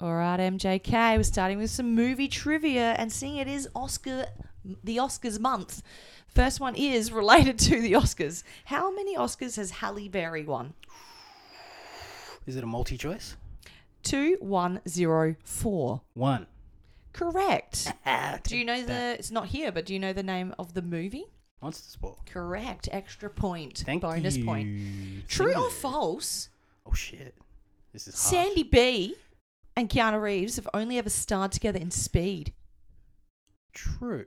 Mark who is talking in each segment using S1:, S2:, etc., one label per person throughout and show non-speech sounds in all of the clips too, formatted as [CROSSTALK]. S1: about MJK. We're starting with some movie trivia, and seeing it is Oscar, the Oscars month. First one is related [LAUGHS] to the Oscars. How many Oscars has Halle Berry won?
S2: Is it a multi choice?
S1: Two one zero four.
S2: One.
S1: Correct.
S2: Ah,
S1: Do you know the? It's not here, but do you know the name of the movie?
S2: Monster Sport.
S1: Correct. Extra point.
S2: Thank
S1: Bonus
S2: you.
S1: point. True
S2: Sing
S1: or
S2: it.
S1: false?
S2: Oh shit. This is hard.
S1: Sandy B and Keanu Reeves have only ever starred together in Speed.
S2: True.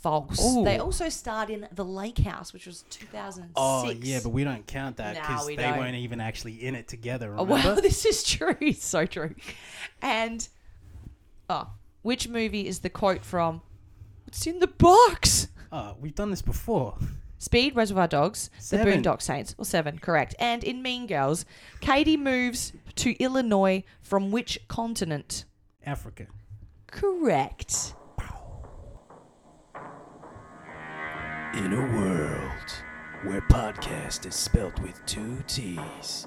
S1: False.
S2: Ooh.
S1: They also starred in The Lake House, which was 2006.
S2: Oh yeah, but we don't count that
S1: No,
S2: because
S1: we
S2: they
S1: don't.
S2: weren't even actually in it together.
S1: Oh,
S2: Remember? [LAUGHS]
S1: wow, [LAUGHS] this is true. It's so true. And oh, which movie is the quote from? It's in the box.
S2: Oh, we've done this before.
S1: Speed, Reservoir Dogs,
S2: Seven.
S1: The Boondock Saints, or seven, correct. And in Mean Girls, Katie moves to Illinois from which continent?
S2: Africa.
S1: Correct.
S3: In a world where podcast is spelt with two T's,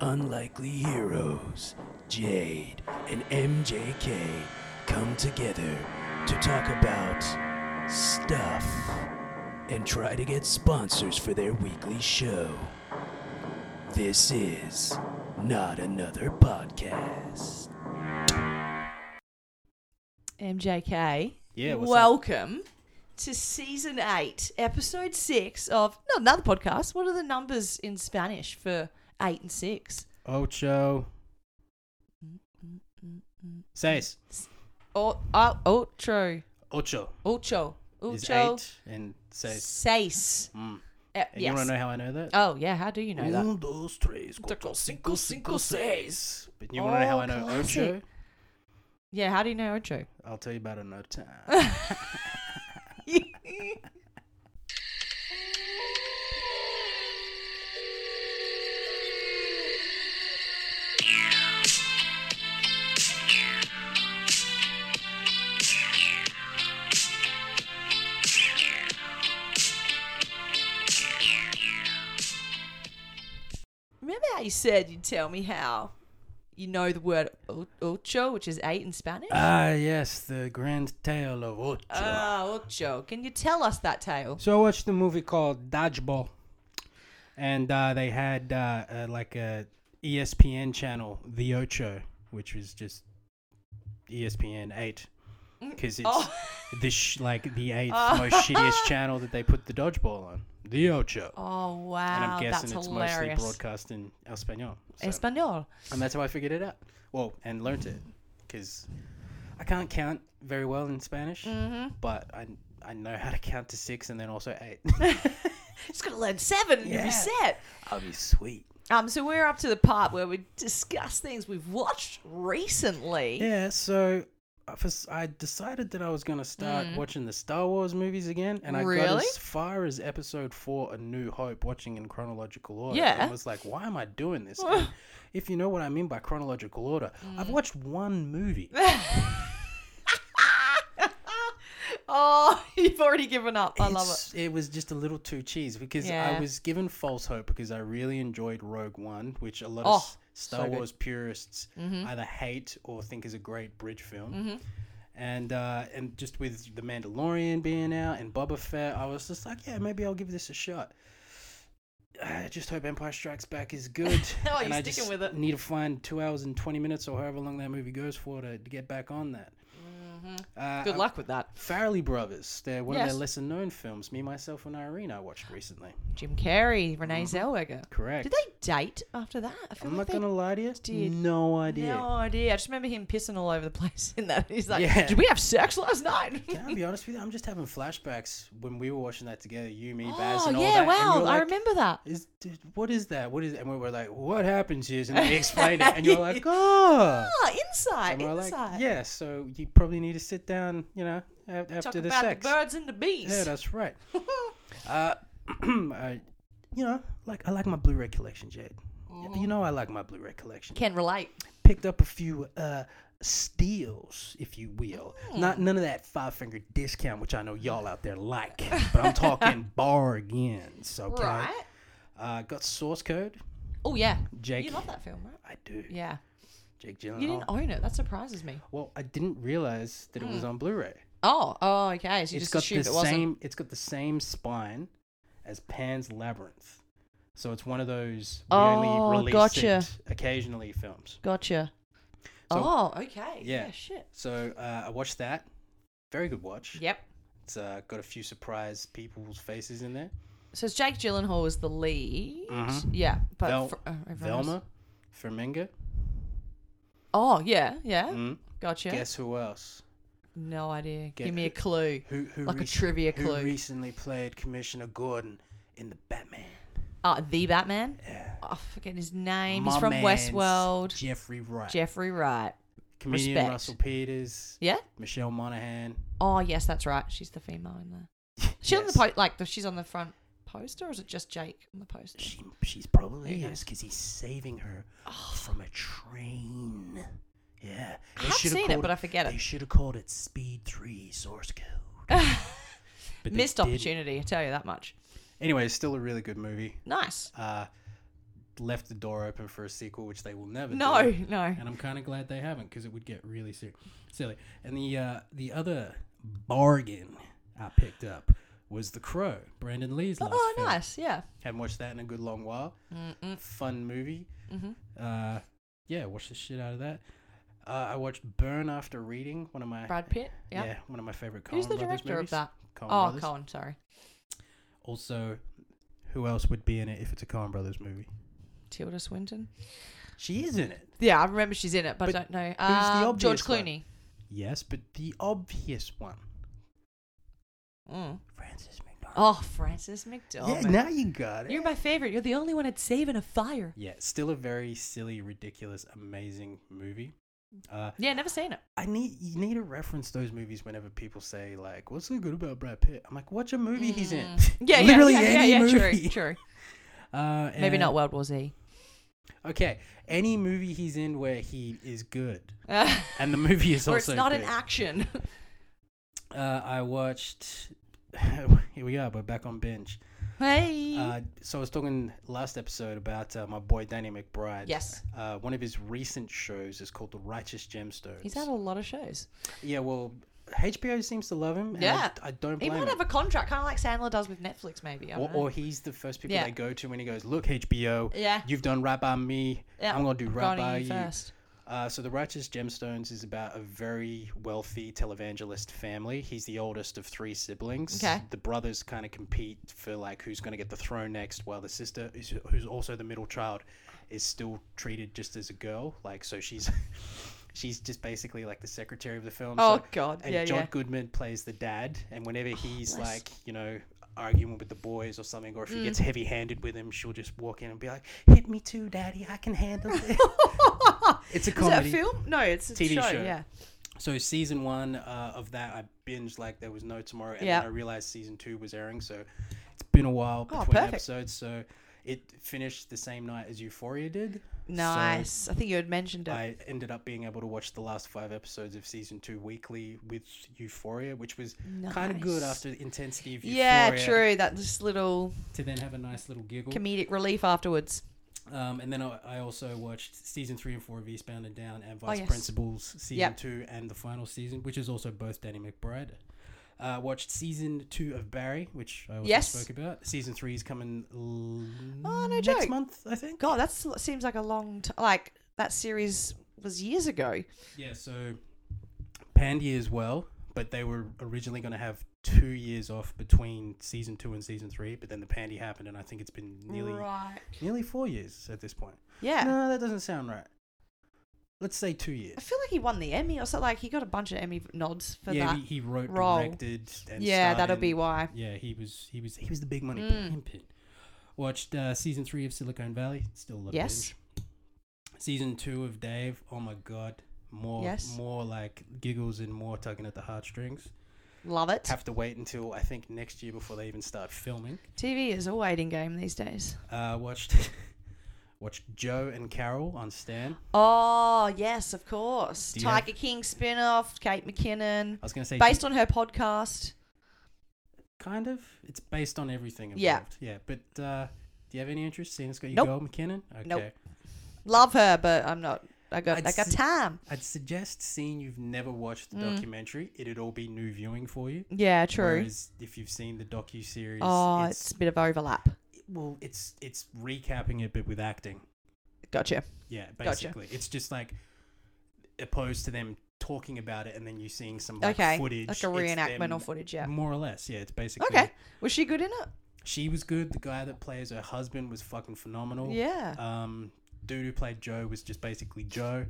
S3: unlikely heroes, Jade and MJK come together to talk about stuff and try to get sponsors for their weekly show. This is not another podcast.
S1: MJK.
S2: Yeah, what's up?
S1: welcome to season eight, episode six of not another podcast. What are the numbers in Spanish for eight and six?
S2: Ocho. Seis.
S1: Oh, oh, ocho,
S2: Ocho.
S1: ocho,
S2: Is
S1: ocho,
S2: eight and seis.
S1: seis.
S2: Mm.
S1: Uh,
S2: And You
S1: yes.
S2: want to know how I know that?
S1: Oh yeah, how do you know that?
S3: Un, dos, tres, cuatro, cinco, cinco, seis.
S2: But you want to know how
S1: Oh,
S2: I know
S1: classic.
S2: Ocho?
S1: Yeah, how do you know ocho?
S2: I'll tell you about it in no
S1: [LAUGHS]
S2: time.
S1: Remember how you said you'd tell me how you know the word o- ocho, which is eight in Spanish?
S2: ah, yes, the grand tale of Ocho.
S1: Ah, ocho. Can you tell us that tale?
S2: So I watched a movie called Dodgeball, and uh, they had uh, uh, like a E ESPN channel, The Ocho, which was just E ESPN Eight, because it's
S1: Oh.
S2: [LAUGHS] the sh- like the eighth
S1: [LAUGHS]
S2: most shittiest channel that they put the dodgeball on, The Ocho.
S1: Oh wow,
S2: and I'm guessing
S1: that's
S2: it's
S1: hilarious.
S2: mostly broadcast in Espanol, so-
S1: Espanol.
S2: and that's how I figured it out. Well, and learnt it, because I can't count very well in Spanish, but I I know how to count to six and then also eight.
S1: Just gotta learn seven and you'll be
S2: Yeah.
S1: set.
S2: I'll be sweet.
S1: Um, so we're up to the part where we discuss things we've watched recently.
S2: Yeah, so I fas- I decided that I was going to start watching the Star Wars movies again, and I got
S1: Really?
S2: as far as episode four, A New Hope, watching in chronological order.
S1: Yeah.
S2: And was like, why am I doing this? And if you know what I mean by chronological order, I've watched one movie.
S1: Oh, [LAUGHS] you've already given up. I love it.
S2: It's- It was just a little too cheese because
S1: Yeah.
S2: I was given false hope because I really enjoyed Rogue One, which a lot
S1: Oh,
S2: of s- Star
S1: so good. Mm-hmm.
S2: Wars purists either hate or think is a great bridge film. And uh, and just with the Mandalorian being out and Boba Fett, I was just like, yeah, maybe I'll give this a shot. Uh, I just hope Empire Strikes
S1: [LAUGHS]
S2: Back is good.
S1: Oh,
S2: and
S1: you're
S2: I
S1: sticking
S2: just
S1: with it.
S2: Need to find two hours and twenty minutes or however long that movie goes for to, to get back on that. Uh,
S1: Mm-hmm. Good
S2: I-
S1: luck with that.
S2: Farrelly Brothers. They're one of
S1: Yes.
S2: their lesser known films. Me, Myself, and Irene
S1: [GASPS]
S2: I watched recently.
S1: Jim Carrey, Renee Zellweger.
S2: Mm-hmm. Correct.
S1: Did they date after that? I feel
S2: I'm
S1: like
S2: not
S1: they
S2: going to lie to you.
S1: did.
S2: No idea.
S1: No idea. I just remember him pissing all over the place in that. [LAUGHS] He's like,
S2: Yeah.
S1: "Did we have sex last night?" [LAUGHS]
S2: Can I be honest with you? I'm just having flashbacks when we were watching that together, you, me, Baz,
S1: oh
S2: and all
S1: yeah,
S2: that.
S1: wow!
S2: and we were
S1: I
S2: like,
S1: remember that.
S2: Is, dude, what is that? What is? And we were like, what happens is, and they explained it, and
S1: [LAUGHS]
S2: you're like, oh.
S1: Ah, inside,
S2: And we're
S1: inside.
S2: like, yeah. So you probably need to sit down, you know, a- after
S1: Talk
S2: the
S1: about
S2: sex.
S1: the birds and the bees.
S2: Yeah, that's
S1: [LAUGHS]
S2: right. uh, [CLEARS THROAT] I, you know, like I like my Blu-ray collection, Jade.
S1: Mm-hmm.
S2: You know, I like my Blu-ray collection.
S1: Can relate.
S2: Picked up a few uh steals, if you will.
S1: Mm.
S2: Not none of that five-finger discount, which I know y'all out there like, but
S1: [LAUGHS]
S2: I'm talking bargains. Okay.
S1: Right.
S2: Uh, got source code.
S1: Oh yeah.
S2: Jake,
S1: You love that film, right?
S2: I do.
S1: Yeah.
S2: Jake Gyllenhaal.
S1: You didn't own it. That surprises me.
S2: Well, I didn't realize that it
S1: Mm.
S2: was on Blu-ray.
S1: Oh, oh, okay. So you
S2: It's
S1: just
S2: got the
S1: assumed it wasn't.
S2: same. It's got the same spine as Pan's Labyrinth, so it's one of those we
S1: Oh,
S2: only release
S1: gotcha.
S2: it occasionally films.
S1: Gotcha.
S2: So-
S1: oh, okay.
S2: Yeah.
S1: Yeah. Shit.
S2: So uh, I watched that. Very good watch.
S1: Yep.
S2: It's uh, got a few surprise people's faces in there.
S1: So it's Jake Gyllenhaal is the lead.
S2: Mhm.
S1: Yeah, but
S2: Vel-
S1: fr- oh, everyone else-
S2: Velma, Firminga.
S1: Oh yeah, yeah.
S2: Mm.
S1: Gotcha.
S2: Guess who else?
S1: No idea.
S2: Get-
S1: Give me a clue.
S2: Who who
S1: Like a
S2: rec-
S1: trivia
S2: who
S1: clue.
S2: recently played Commissioner Gordon in the Batman?
S1: Uh, the Batman.
S2: Yeah.
S1: Oh, I forget his name.
S2: My
S1: He's from
S2: man's
S1: Westworld.
S2: Jeffrey Wright.
S1: Jeffrey Wright.
S2: Comedian
S1: respect.
S2: Russell Peters.
S1: Yeah.
S2: Michelle Monaghan.
S1: Oh yes, that's right. She's the female in there.
S2: [LAUGHS]
S1: She on the
S2: Yes.
S1: po- like the, she's on the front poster, or is it just Jake on the poster?
S2: She, she's probably
S1: Yeah.
S2: is because he's saving her from a train. Yeah.
S1: I have seen it, but I forget
S2: They
S1: it.
S2: should have called it Speed 3 Source
S1: [LAUGHS]
S2: Code. But they
S1: Missed
S2: didn't.
S1: opportunity. I tell you that much.
S2: Anyway, it's still a really good movie.
S1: Nice.
S2: Uh, left the door open for a sequel, which they will never
S1: No,
S2: do.
S1: [LAUGHS] no.
S2: And I'm kind of glad they haven't because it would get really ser- silly. And the, uh, the other bargain I picked up was The Crow, Brandon Lee's last
S1: Oh,
S2: film.
S1: nice. Yeah.
S2: Haven't watched that in a good long while.
S1: Mm-mm.
S2: Fun movie.
S1: Mhm.
S2: Uh, yeah, watch the shit out of that. Uh, I watched Burn After Reading, one of my
S1: Brad Pitt. Yeah.
S2: yeah, one of my favorite. Coen
S1: Who's the
S2: Brothers
S1: director
S2: movies.
S1: of that?
S2: Coen
S1: oh,
S2: Brothers.
S1: Cohen. Sorry,
S2: Also, who else would be in it if it's a Coen Brothers movie?
S1: Tilda Swinton.
S2: She is in it.
S1: Yeah, I remember she's in it, but,
S2: But
S1: I don't know.
S2: the
S1: Um, George
S2: obvious one?
S1: Clooney.
S2: Yes, but the obvious one,
S1: Mm.
S2: Francis McDormand.
S1: Oh, Francis McDormand.
S2: yeah, now you got it.
S1: You're my favorite. You're the only one I'd save in a fire.
S2: Yeah, still a very silly, ridiculous, amazing movie. Uh,
S1: Yeah, never seen it.
S2: I need you need to reference those movies whenever people say like, "What's so good about Brad Pitt?" I'm like, "Watch a movie he's in."
S1: Mm.
S2: [LAUGHS]
S1: Yeah, yeah,
S2: literally
S1: yeah,
S2: any
S1: yeah, yeah, True,
S2: movie.
S1: true.
S2: Uh,
S1: Maybe
S2: [LAUGHS] and-
S1: not World War Z. [LAUGHS]
S2: Okay, any movie he's in where he is good,
S1: Uh,
S2: and the movie is
S1: or
S2: also
S1: it's not
S2: good.
S1: an action. [LAUGHS]
S2: uh, I watched. [LAUGHS] here we are. We're back on binge.
S1: hey.
S2: Uh, so I was talking last episode about uh, my boy Danny McBride.
S1: Yes.
S2: Uh, one of his recent shows is called The Righteous Gemstones.
S1: He's had a lot of shows.
S2: yeah. Well, HBO seems to love him. And
S1: Yeah.
S2: I, I don't
S1: He
S2: blame
S1: might
S2: him.
S1: have a contract, kind of like Sandler does with Netflix, maybe. I
S2: or,
S1: don't know.
S2: or he's the first people
S1: Yeah.
S2: they go to when he goes, "Look, HBO,
S1: Yeah.
S2: you've done right by me.
S1: Yeah,
S2: I'm gonna do right
S1: Gone
S2: by
S1: in
S2: you."
S1: first.
S2: Uh, so, The Righteous Gemstones is about a very wealthy televangelist family. He's the oldest of three siblings.
S1: Okay.
S2: The brothers kind of compete for like who's going to get the throne next, while the sister, is, who's also the middle child, is still treated just as a girl. Like, so she's [LAUGHS] she's just basically like the secretary of the film.
S1: Oh,
S2: so,
S1: God.
S2: And
S1: Yeah,
S2: John
S1: yeah.
S2: Goodman plays the dad, and whenever he's
S1: bless. Mm.
S2: like, you know. Arguing with the boys or something, or if he gets heavy handed with him, she'll just walk in and be like, Hit me too, daddy, I can handle
S1: [LAUGHS]
S2: it. it's a
S1: Is that
S2: comedy.
S1: a film? No, it's a
S2: TV
S1: show.
S2: show.
S1: Yeah.
S2: So season one uh, of that, I binged like there was no tomorrow, and
S1: Yeah.
S2: then I realized season two was airing. So it's been a while
S1: Oh,
S2: between
S1: perfect.
S2: episodes. So it finished the same night as Euphoria did. So
S1: Nice. I think you had mentioned it.
S2: I ended up being able to watch the last five episodes of season two weekly with Euphoria, which was kind of good
S1: Nice.
S2: after the intensity of Euphoria.
S1: yeah, true. That just little
S2: To then have a nice little giggle.
S1: comedic relief afterwards.
S2: Um, and then I, I also watched season three and four of Eastbound and Down and Vice
S1: Oh, yes.
S2: Principals season
S1: Yep.
S2: two and the final season, which is also both Danny McBride. Uh, watched season two of Barry, which I also
S1: Yes.
S2: spoke about. Season three is coming l-
S1: Oh, no
S2: next
S1: joke.
S2: month, I think.
S1: God, that seems like a long time. Like that series was years ago.
S2: Yeah, so Pandy as well, but they were originally going to have two years off between season two and season three, but then the Pandy happened, and I think it's been nearly
S1: Right.
S2: nearly four years at this point.
S1: Yeah.
S2: No, that doesn't sound right. Let's say two years.
S1: I feel like he won the Emmy or something. Like he got a bunch of Emmy nods for
S2: yeah,
S1: that.
S2: He, he wrote,
S1: role.
S2: directed, and
S1: yeah,
S2: starred
S1: that'll
S2: in-
S1: be why.
S2: Yeah, he was he was he was the big money
S1: Mm.
S2: mm. pin. Watched uh, season three of Silicon Valley. Still love
S1: Yes.
S2: binge. Season two of Dave. Oh my god, more
S1: Yes.
S2: more like giggles and more tugging at the heartstrings.
S1: Love it.
S2: Have to wait until I think next year before they even start filming.
S1: TV is a waiting game these days.
S2: Uh, watched [LAUGHS] watched Joe and Carol on Stan.
S1: Oh yes, of course.
S2: Do you
S1: Tiger King spin-off, Kate McKinnon,
S2: I was gonna say
S1: based on her podcast.
S2: kind of. It's based on everything involved.
S1: Yeah.
S2: yeah. But uh, do you have any interest? Seeing it's got your
S1: Nope.
S2: girl McKinnon. Okay.
S1: Nope. Love her, but I'm not I got
S2: I'd
S1: I got
S2: s-
S1: time.
S2: I'd suggest seeing you've never watched the documentary, it'd all be new viewing for you.
S1: Yeah, Mm. true.
S2: Whereas if you've seen the docu series,
S1: Oh,
S2: it's,
S1: it's a bit of overlap.
S2: well, it's it's recapping it but with acting.
S1: Gotcha.
S2: Yeah,
S1: Gotcha.
S2: basically, it's just like opposed to them talking about it and then you seeing some like,
S1: okay,
S2: footage,
S1: like a
S2: it's
S1: reenactment
S2: them-
S1: or footage. Yeah.
S2: more or less. Yeah, it's basically
S1: Okay. Was she good in it?
S2: She was good. The guy that plays her husband was fucking phenomenal.
S1: Yeah.
S2: Um, dude who played Joe was just basically Joe,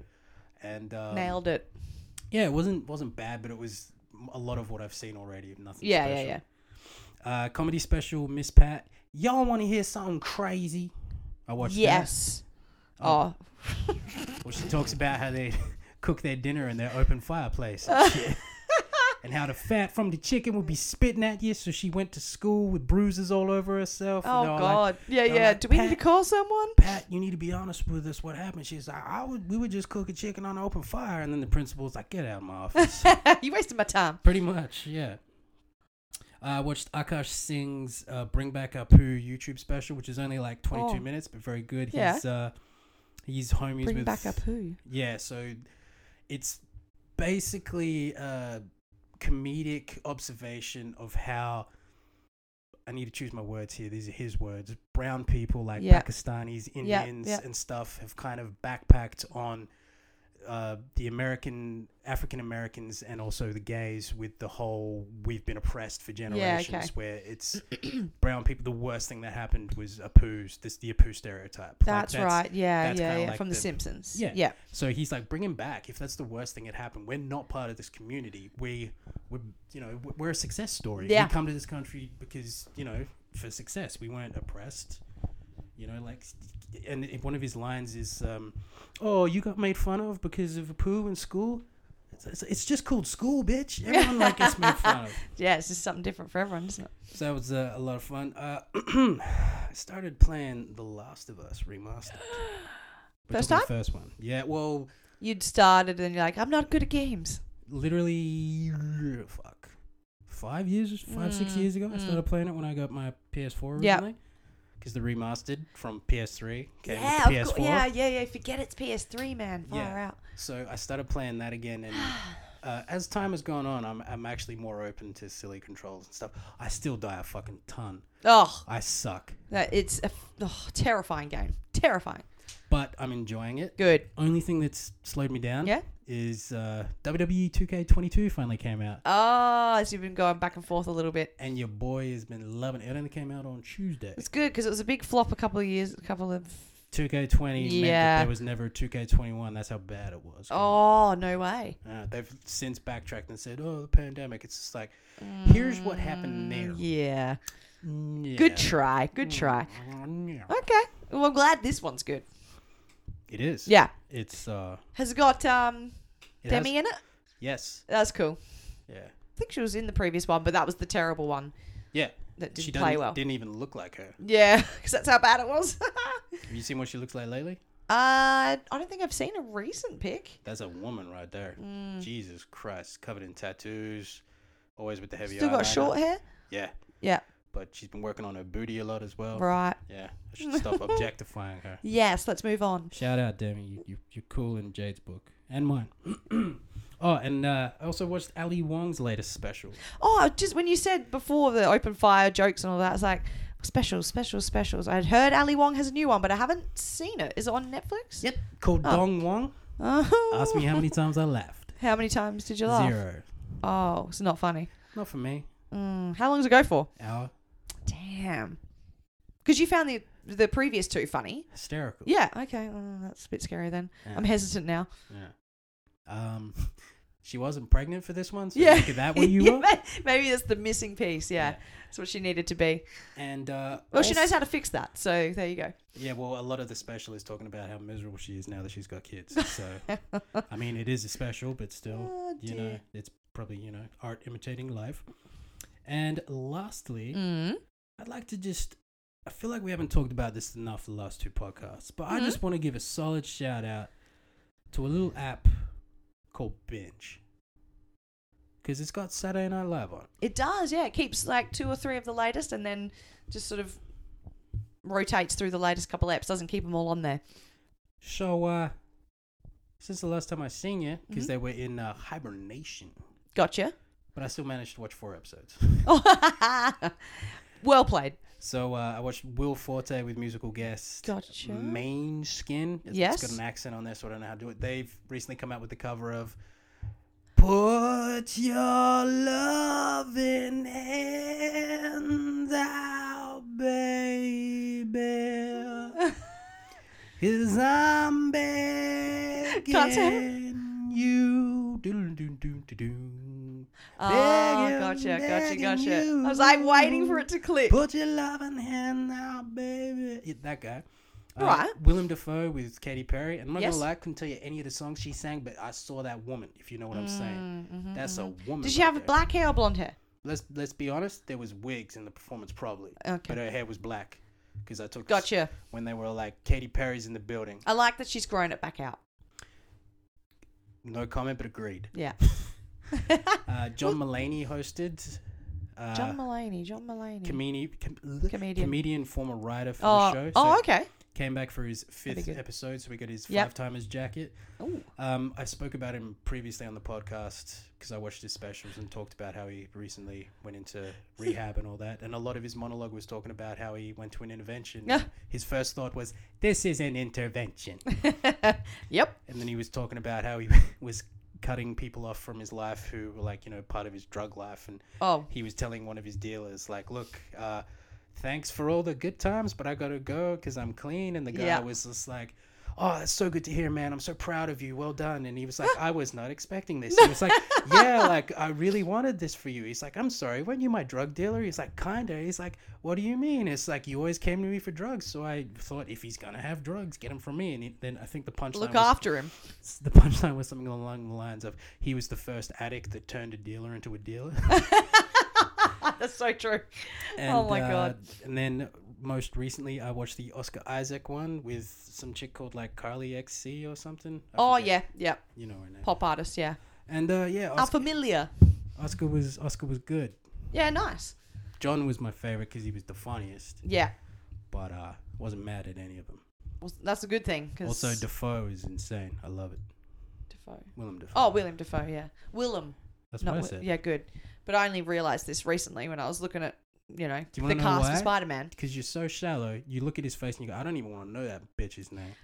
S2: and um,
S1: Nailed it.
S2: Yeah, it wasn't wasn't bad, but it was a lot of what I've seen already. Nothing.
S1: Yeah,
S2: special.
S1: yeah, yeah.
S2: Uh, comedy special, Miss Pat. Y'all want to hear something crazy? I watched. that.
S1: Yes. Oh,
S2: Well, she talks about how they [LAUGHS] cook their dinner in their
S1: [LAUGHS]
S2: open fireplace. And how the fat from the chicken would be spitting at you, so she went to school with bruises all over herself. and
S1: oh
S2: they were like,
S1: God. yeah,
S2: they were
S1: yeah.
S2: like,
S1: Do we need to
S2: "Pat,
S1: call
S2: [LAUGHS]
S1: someone?
S2: Pat, you need to be honest with us. What happened? She's like, I would, we were just cooking chicken on an open fire, and then the principal's like, get out of
S1: [LAUGHS]
S2: my office.
S1: you wasted my time.
S2: Pretty much, yeah. I watched Akash Singh's uh, "Bring Back Our Poo" YouTube special, which is only like
S1: Oh.
S2: 22 minutes, but very good.
S1: Yeah.
S2: He's uh, he's homies
S1: Bring
S2: with
S1: back up who?
S2: yeah, so it's basically a comedic observation of how I need to choose my words here. These are his words. Brown people like
S1: Yeah.
S2: Pakistanis,
S1: yeah.
S2: Indians, and stuff have kind of backpacked on uh, the American, African Americans, and also the gays with the whole we've been oppressed for generations, where
S1: [CLEARS THROAT]
S2: it's brown people. The worst thing that happened was Apu's, this the Apu stereotype. Like,
S1: That's, right. Yeah,
S2: that's
S1: yeah,
S2: kinda
S1: yeah.
S2: like
S1: From the,
S2: the-
S1: Simpsons.
S2: Yeah.
S1: Yeah.
S2: so he's like, bring him back. If that's the worst thing that happened, we're not part of this community. We, we, you know, we- we're a success story.
S1: Yeah.
S2: We come to this country because you know for success. We weren't oppressed. You know, like, and if one of his lines is, um, "Oh, you got made fun of because of a poo in school." It's, it's, it's just called school, bitch. Everyone like gets made fun of.
S1: [LAUGHS] Yeah, it's just something different for everyone, isn't it?
S2: So that was uh, a lot of fun. Uh, [CLEARS THROAT] I started playing The Last of Us remastered. We're
S1: First
S2: talking
S1: time?
S2: First one. Yeah. Well.
S1: You'd started and you're like, I'm not good at games.
S2: literally fuck five years five six
S1: Mm,
S2: years ago i
S1: mm.
S2: started playing it when i got my ps4
S1: Yep.
S2: originally because the remastered from ps3 came
S1: yeah,
S2: with
S1: of
S2: the
S1: cour-
S2: ps4
S1: yeah, yeah, yeah. Forget it's PS3, man. Far
S2: Yeah.
S1: out.
S2: so i started playing that again
S1: [SIGHS]
S2: and uh, as time has gone on I'm, I'm actually more open to silly controls and stuff i still die a fucking ton
S1: Oh,
S2: i suck
S1: that it's a f- oh, terrifying game. Terrifying.
S2: but i'm enjoying it
S1: Good.
S2: only thing that's slowed me down
S1: Yeah.
S2: is uh, wwe 2k22 finally came out
S1: Oh, so you've been going back and forth a little bit.
S2: and your boy has been loving it. It only came out on Tuesday.
S1: It's good because it was a big flop a couple of years, a couple of.
S2: 2K20 meant that
S1: Yeah.
S2: there was never a 2K21. That's how bad it was.
S1: Oh no way.
S2: Uh, they've since backtracked and said, oh, the pandemic. It's just like, here's what happened there.
S1: Mm, Yeah.
S2: Yeah. Mm.
S1: Good try. Good try.
S2: Yeah.
S1: Okay. Well, I'm glad this one's good.
S2: It is.
S1: Yeah.
S2: It's, uh,
S1: Has it got um
S2: it has-
S1: Demi in it?
S2: yes.
S1: That's cool.
S2: Yeah.
S1: I think she was in the previous one, but that was the terrible one
S2: Yeah.
S1: that
S2: she
S1: didn't
S2: doesn't,
S1: play well.
S2: didn't even look like her.
S1: Yeah, [LAUGHS] because that's how bad it was. [LAUGHS]
S2: Have you seen what she looks like lately?
S1: Uh, I don't think I've seen a recent pick.
S2: That's a woman right there.
S1: Mm.
S2: Jesus Christ. Covered in tattoos. Always with the heavy
S1: Still got
S2: eyeliner.
S1: short hair.
S2: Yeah.
S1: Yeah.
S2: But she's been working on her booty a lot as well.
S1: Right.
S2: Yeah. I should
S1: [LAUGHS]
S2: stop objectifying her.
S1: Yes. Let's move on.
S2: Shout out, Demi. You, you, you're cool in Jade's book and mine. [CLEARS THROAT] oh, and uh, I also watched Ali Wong's latest special.
S1: Oh, just when you said before the open fire jokes and all that, it's like specials, specials, specials. I'd heard Ali Wong has a new one, but I haven't seen it. Is it on Netflix? [LAUGHS]
S2: Yep. Called
S1: Oh.
S2: Dong Wong.
S1: Oh.
S2: Ask me how many times I laughed.
S1: How many times did you laugh?
S2: Zero.
S1: Oh, it's not funny.
S2: Not for me.
S1: Mm, how long does it go for?
S2: Hour.
S1: Damn. Because you found the the previous two funny.
S2: Hysterical.
S1: Yeah. Okay. Oh, that's a bit scary then.
S2: Yeah.
S1: I'm hesitant now.
S2: Yeah. Um, [LAUGHS] she wasn't pregnant for this one, so
S1: Yeah.
S2: look at that where
S1: [LAUGHS]
S2: you
S1: Yeah,
S2: were.
S1: may- Maybe that's the missing piece. Yeah.
S2: Yeah.
S1: That's what she needed to be.
S2: And uh,
S1: Well, she
S2: also-
S1: knows how to fix that. So there you go.
S2: Yeah, well, a lot of the special is talking about how miserable she is now that she's got
S1: [LAUGHS]
S2: kids. So, I mean, it is a special, but still,
S1: Oh,
S2: you know,
S1: dear.
S2: it's probably, you know, art imitating life. And lastly,
S1: Mm.
S2: I'd like to just, I feel like we haven't talked about this enough the last two podcasts, but I
S1: Mhm.
S2: just want to give a solid shout out to a little app called Binge. Because it's got Saturday Night Live on. it.
S1: It does. Yeah. It keeps like two or three of the latest and then just sort of rotates through the latest couple apps. Doesn't keep them all on there.
S2: So, uh, since the last time I seen you because they were in uh, hibernation.
S1: Gotcha. [LAUGHS]
S2: But I still managed to watch four episodes. [LAUGHS]
S1: well played.
S2: So uh, I watched Will Forte with musical guest
S1: Gotcha.
S2: Main Skin. It's-
S1: Yes.
S2: It's got an accent on there, so I don't know how to do it. They've recently come out with the cover of Put Your Loving Hands Out,
S1: [LAUGHS]
S2: Baby. Cause I'm begging
S1: Can't say it.
S2: you. Doo-doo-doo-doo-doo.
S1: Oh,
S2: Begging,
S1: gotcha, gotcha,
S2: begging
S1: gotcha. I was
S2: you.
S1: like waiting for it to click.
S2: Put your loving hand out, baby. Yeah, that guy. Uh,
S1: Right.
S2: Willem Dafoe with Katy Perry. And I'm not
S1: Yes.
S2: gonna lie, I couldn't tell you any of the songs she sang, but I saw that woman, if you know what I'm
S1: Mm,
S2: saying. That's a woman.
S1: Did mm-hmm, she
S2: right
S1: have
S2: there.
S1: black hair or blonde hair?
S2: Let's let's be honest, there was wigs in the performance probably.
S1: Okay.
S2: But her hair was black. Because I took
S1: Gotcha.
S2: when they were like Katy Perry's in the building.
S1: I like that she's grown it back out.
S2: No comment but agreed.
S1: Yeah.
S2: Uh, John Mullaney hosted. Uh,
S1: John Mulaney. John Mulaney.
S2: comedian, com-
S1: Comedian.
S2: comedian, former writer for
S1: oh,
S2: the show.
S1: oh,
S2: so
S1: okay.
S2: Came back for his fifth
S1: good.
S2: episode, so we got his
S1: Yep.
S2: five timers jacket.
S1: Ooh.
S2: Um, I spoke about him previously on the podcast because I watched his specials and talked about how he recently went into rehab and all that. And a lot of his monologue was talking about how he went to an intervention.
S1: Yeah.
S2: his first thought was, "This is an intervention," [LAUGHS]
S1: Yep.
S2: and then he was talking about how he [LAUGHS] was cutting people off from his life who were like you know part of his drug life and
S1: Oh,
S2: he was telling one of his dealers, like, look, uh, thanks for all the good times, but I gotta go because I'm clean. And the guy
S1: Yeah.
S2: was just like, oh, that's so good to hear, man. I'm so proud of you. Well done. And he
S1: [LAUGHS]
S2: was like, I was not expecting this. He was like, yeah, like, I really wanted this for you. He's like, I'm sorry, weren't you my drug dealer? He's like, kinda. He's like, what do you mean? It's like, you always came to me for drugs. So I thought, if he's gonna have drugs, get him from me. And he, then I think the punchline
S1: look
S2: was,
S1: after [LAUGHS] him.
S2: the punchline was something along the lines of, he was the first addict that turned a dealer into a
S1: [LAUGHS]
S2: dealer.
S1: Oh That's so true.
S2: And,
S1: Oh my
S2: uh,
S1: God.
S2: and then most recently, I watched the Oscar Isaac one with some chick called like Carly XC or something. I
S1: Oh,
S2: forget.
S1: yeah. Yep.
S2: you know her name.
S1: Pop artist. Yeah.
S2: And uh, yeah,
S1: Are
S2: Oscar,
S1: familiar.
S2: Oscar was Oscar was good.
S1: Yeah, nice.
S2: John was my favorite because he was the funniest,
S1: Yeah.
S2: but uh, wasn't mad at any of them.
S1: Well, that's a good thing. Cause
S2: Also, Defoe is insane. I love it.
S1: Defoe.
S2: Willem Defoe.
S1: Oh, William Defoe, yeah. Willem.
S2: that's
S1: Not
S2: what I
S1: Wi-
S2: said.
S1: Yeah, good. But I only realised this recently when I was looking at, you know,
S2: you
S1: the
S2: wanna know
S1: cast
S2: why?
S1: of Spider Man.
S2: Because you're so shallow, you look at his face and you go, "I don't even want to know that bitch's name."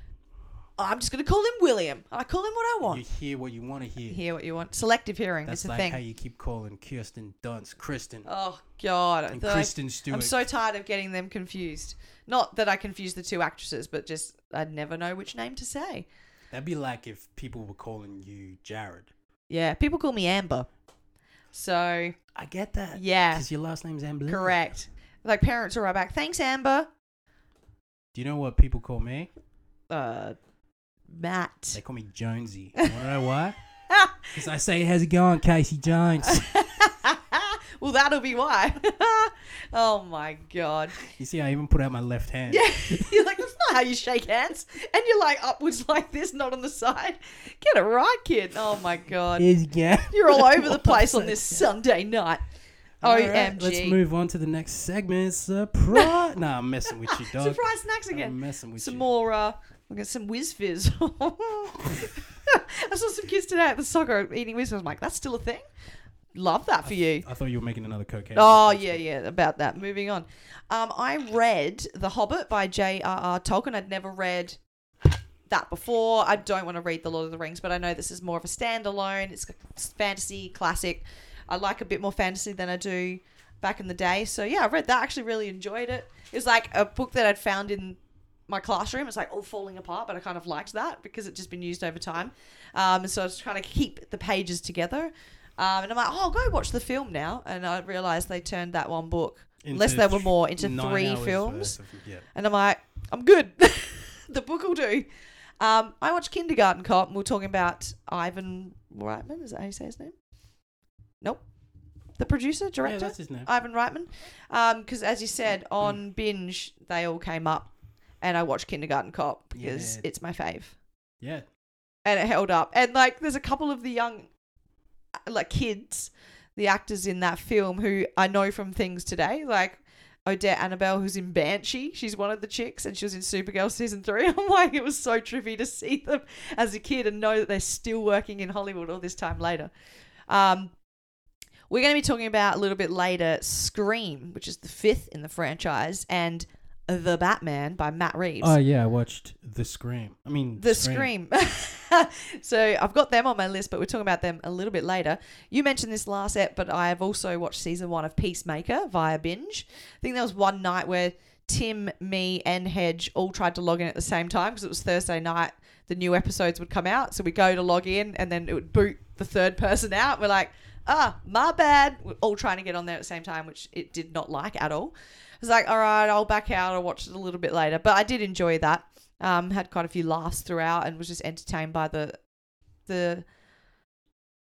S1: Oh, I'm just going to call him William. I call him what I want.
S2: You hear what you want to hear.
S1: Hear what you want. Selective hearing.
S2: That's
S1: That's a
S2: like
S1: thing.
S2: how you keep calling Kirsten Dunst, Kristen.
S1: Oh God! I
S2: And
S1: feel like-
S2: Kristen Stewart.
S1: I'm so tired of getting them confused. Not that I confuse the two actresses, but just I never know which name to say.
S2: That'd be like if people were calling you Jared.
S1: Yeah, people call me Amber. So
S2: I get that.
S1: Yeah.
S2: Because your last name's Amber.
S1: correct. Like parents are right back. Thanks, Amber.
S2: Do you know what people call me?
S1: Uh, Matt.
S2: They call me Jonesy. I don't
S1: [LAUGHS]
S2: know why. Because I say, how's it going, Casey Jones?
S1: [LAUGHS] well, that'll be why. [LAUGHS] oh my God!
S2: you see, I even put out my left hand.
S1: Yeah, [LAUGHS] you're like that's not how you shake hands, and you're like upwards [LAUGHS] like this, not on the side. Get it right, kid. Oh my God. [LAUGHS]
S2: Here's again.
S1: You're all over the place on this Sunday night. OMG.
S2: let's move on to the next segment. Surprise. [LAUGHS] nah, I'm messing with you, dog.
S1: Surprise snacks
S2: I'm
S1: again.
S2: messing with
S1: Some
S2: you.
S1: more, uh, we got some whiz fizz. [LAUGHS] I saw some kids today at the soccer eating whiz fizz. I'm like, that's still a thing? Love that for you.
S2: I thought you were making another cocaine.
S1: Oh, yeah, yeah, about that. Moving on. Um, I read The Hobbit by J.R.R. Tolkien. I'd never read that before. I don't want to read The Lord of the Rings, but I know this is more of a standalone. It's a fantasy classic. I like a bit more fantasy than I do back in the day. So, yeah, I read that. actually really enjoyed it. It was like a book that I'd found in my classroom. It's like all falling apart, but I kind of liked that because it's just been used over time. Um, and so I was trying to keep the pages together. Um, and I'm like, oh, I'll go watch the film now. And I realized they turned that one book, unless
S2: Into
S1: there were more, into
S2: nine
S1: three
S2: hours
S1: films.
S2: worth of- yeah.
S1: And I'm like, I'm good. [LAUGHS] the book will do. Um, I watched Kindergarten Cop, and we are talking about Ivan Reitman. Is that how you say his name? Nope. The producer, director,
S2: Yeah, that's his name.
S1: Ivan Reitman. Because as you said, on binge they all came up, and I watched Kindergarten Cop because
S2: Yeah.
S1: it's my fave,
S2: yeah.
S1: and it held up. And like, there's a couple of the young, uh, like kids, the actors in that film who I know from things today, like. Odette Annabelle, who's in Banshee. She's one of the chicks, and she was in Supergirl season three. [LAUGHS] I'm like, it was so trippy to see them as a kid and know that they're still working in Hollywood all this time later. Um, we're going to be talking about a little bit later Scream, which is the fifth in the franchise, and The Batman by Matt Reeves.
S2: Oh yeah, I watched The Scream. I mean,
S1: The Scream. [LAUGHS] so I've got them on my list, but we're talking about them a little bit later. You mentioned this last ep, but I have also watched season one of Peacemaker via binge. I think there was one night where Tim, me, and Hedge all tried to log in at the same time because it was Thursday night. The new episodes would come out, so we go to log in, and then it would boot the third [LAUGHS] person out. We're like, ah, my bad. We're all trying to get on there at the same time, which it did not like at all. I was like, all right, I'll back out. I'll watch it a little bit later. But I did enjoy that. Um, had quite a few laughs throughout and was just entertained by the the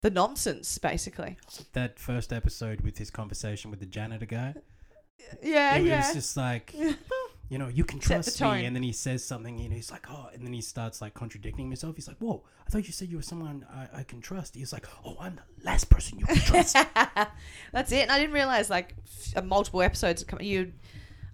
S1: the nonsense, basically.
S2: That first episode with his conversation with the janitor guy.
S1: Yeah,
S2: it
S1: yeah.
S2: was just
S1: [LAUGHS]
S2: like, you know, you can
S1: Set the
S2: trust
S1: tone.
S2: me. And then he says something, and he's like, oh, and then he starts like contradicting himself. He's like, whoa, I thought you said you were someone I, I can trust. He's like, oh, I'm the last person you can
S1: [LAUGHS]
S2: trust.
S1: That's it. And I didn't realize like f- uh, multiple episodes had come. You,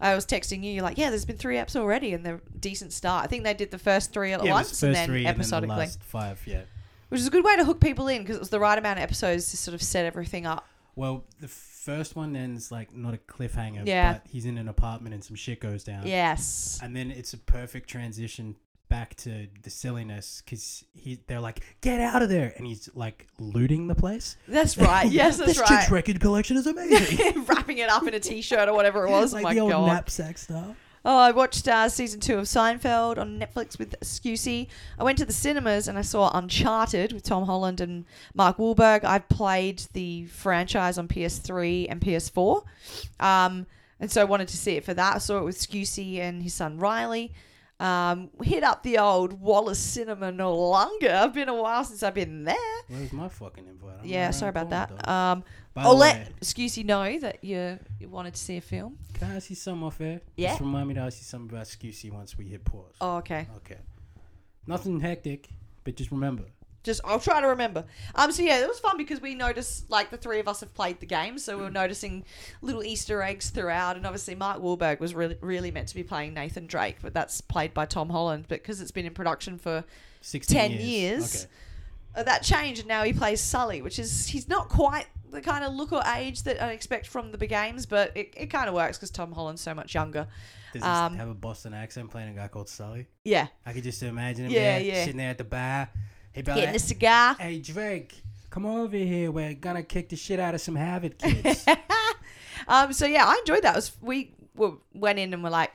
S1: I was texting you. You're like, yeah, there's been three eps already, and they're decent start. I think they did the first three at
S2: yeah, it was
S1: once,
S2: first
S1: and then
S2: three
S1: episodically.
S2: and then the last five. Yeah.
S1: which is a good way to hook people in because it was the right amount of episodes to sort of set everything up.
S2: Well, the first one then is like not a cliffhanger.
S1: Yeah.
S2: But he's in an apartment and some shit goes down.
S1: Yes.
S2: And then it's a perfect transition back to the silliness because he they're like get out of there and he's like looting the place Oh
S1: That's
S2: [LAUGHS]
S1: right. Uh, Yes, that's
S2: this chick's
S1: right.
S2: record collection
S1: [LAUGHS]
S2: is amazing
S1: Wrapping it up in a t-shirt or whatever it was.
S2: like
S1: oh my
S2: the old
S1: god.
S2: knapsack stuff
S1: Oh, I watched uh, season two of Seinfeld on Netflix with Scusi. I went to the cinemas and I saw Uncharted with Tom Holland and Mark Wahlberg. I've played the franchise on PS3 and PS4, um, and so I wanted to see it for that. I saw it with Scusi and his son Riley. Um, hit up the old Wallace Cinema no longer. I've been a while since I've been there.
S2: Where's my fucking invite? I'm
S1: Yeah,
S2: around
S1: sorry
S2: the
S1: about
S2: corner,
S1: that.
S2: dog.
S1: Um,
S2: By
S1: I'll
S2: the way,
S1: let Scusi know that you, you wanted to see a film.
S2: Can I ask you something off air?
S1: Uh, Yeah.
S2: Just remind me to ask you something about SQC once we hit pause.
S1: Oh, okay.
S2: Okay. Nothing hectic, but just remember.
S1: just I'll try to remember. Um, so yeah, it was fun because we noticed like the three of us have played the game, so
S2: Mm.
S1: we were noticing little Easter eggs throughout. And obviously, Mark Wahlberg was really really meant to be playing Nathan Drake, but that's played by Tom Holland. But because it's been in production for
S2: 16
S1: ten
S2: years.
S1: years,
S2: Okay.
S1: uh, that changed, and now he plays Sully, which is he's not quite the kind of look or age that I expect from the big games, but it, it kind of works because Tom Holland's so much younger.
S2: Does he
S1: Um,
S2: have a Boston accent playing a guy called Sully?
S1: Yeah,
S2: I could just imagine him
S1: Yeah,
S2: there,
S1: yeah.
S2: sitting there at the bar. He'd be
S1: getting a
S2: like,
S1: cigar.
S2: hey, Drake, come over here. We're going to kick the shit out of some
S1: [LAUGHS]
S2: Harvard kids.
S1: Um, so yeah, I enjoyed that. It was we were, went in and were like,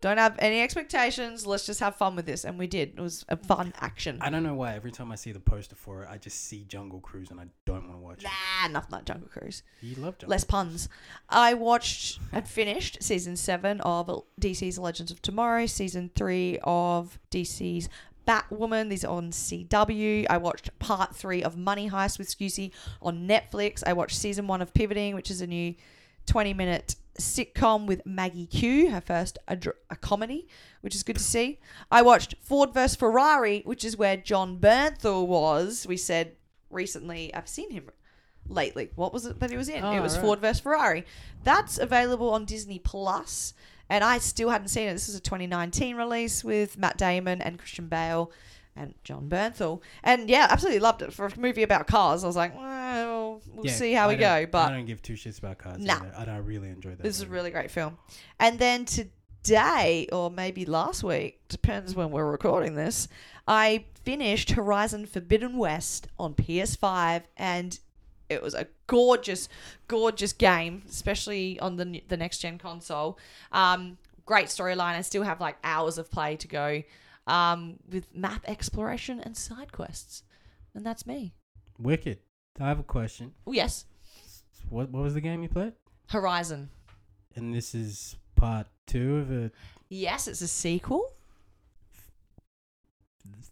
S1: don't have any expectations. Let's just have fun with this, and we did. It was a fun action.
S2: I don't know why. Every time I see the poster for it, I just see Jungle Cruise and I don't want to watch it.
S1: nah, enough like Jungle Cruise.
S2: You love Jungle
S1: Less puns. I watched and finished season seven of DC's Legends of Tomorrow, season three of DC's Batwoman. These are on CW. I watched part three of Money Heist with Scusi on Netflix. I watched season one of Pivoting, which is a new 20 minute sitcom with Maggie Q, her first a, dr- a comedy, which is good to see. I watched Ford vs. Ferrari, which is where John Bernthal was. We said recently, I've seen him lately. What was it that he was in? it
S2: Oh,
S1: was
S2: right.
S1: Ford vs. Ferrari. That's available on Disney Plus, And I still hadn't seen it. This is a 2019 release with Matt Damon and Christian Bale and John Bernthal. And yeah, absolutely loved it. For a movie about cars, I was like, well, we'll
S2: Yeah,
S1: see how
S2: I
S1: we
S2: don't-
S1: go. But
S2: I don't give two shits about cars.
S1: Nah.
S2: either. I don't really enjoy that.
S1: this is a
S2: movie.
S1: really great film. And then today, or maybe last week, depends when we're recording this, I finished Horizon Forbidden West on PS5 and it was a gorgeous, gorgeous game, especially on the, n- the next gen console. Um, great storyline. I still have like hours of play to go um, with map exploration and side quests. And that's me.
S2: Wicked. I have a question.
S1: Oh, yes.
S2: What what was the game you played?
S1: Horizon.
S2: And this is part two of it.
S1: Yes, it's a sequel.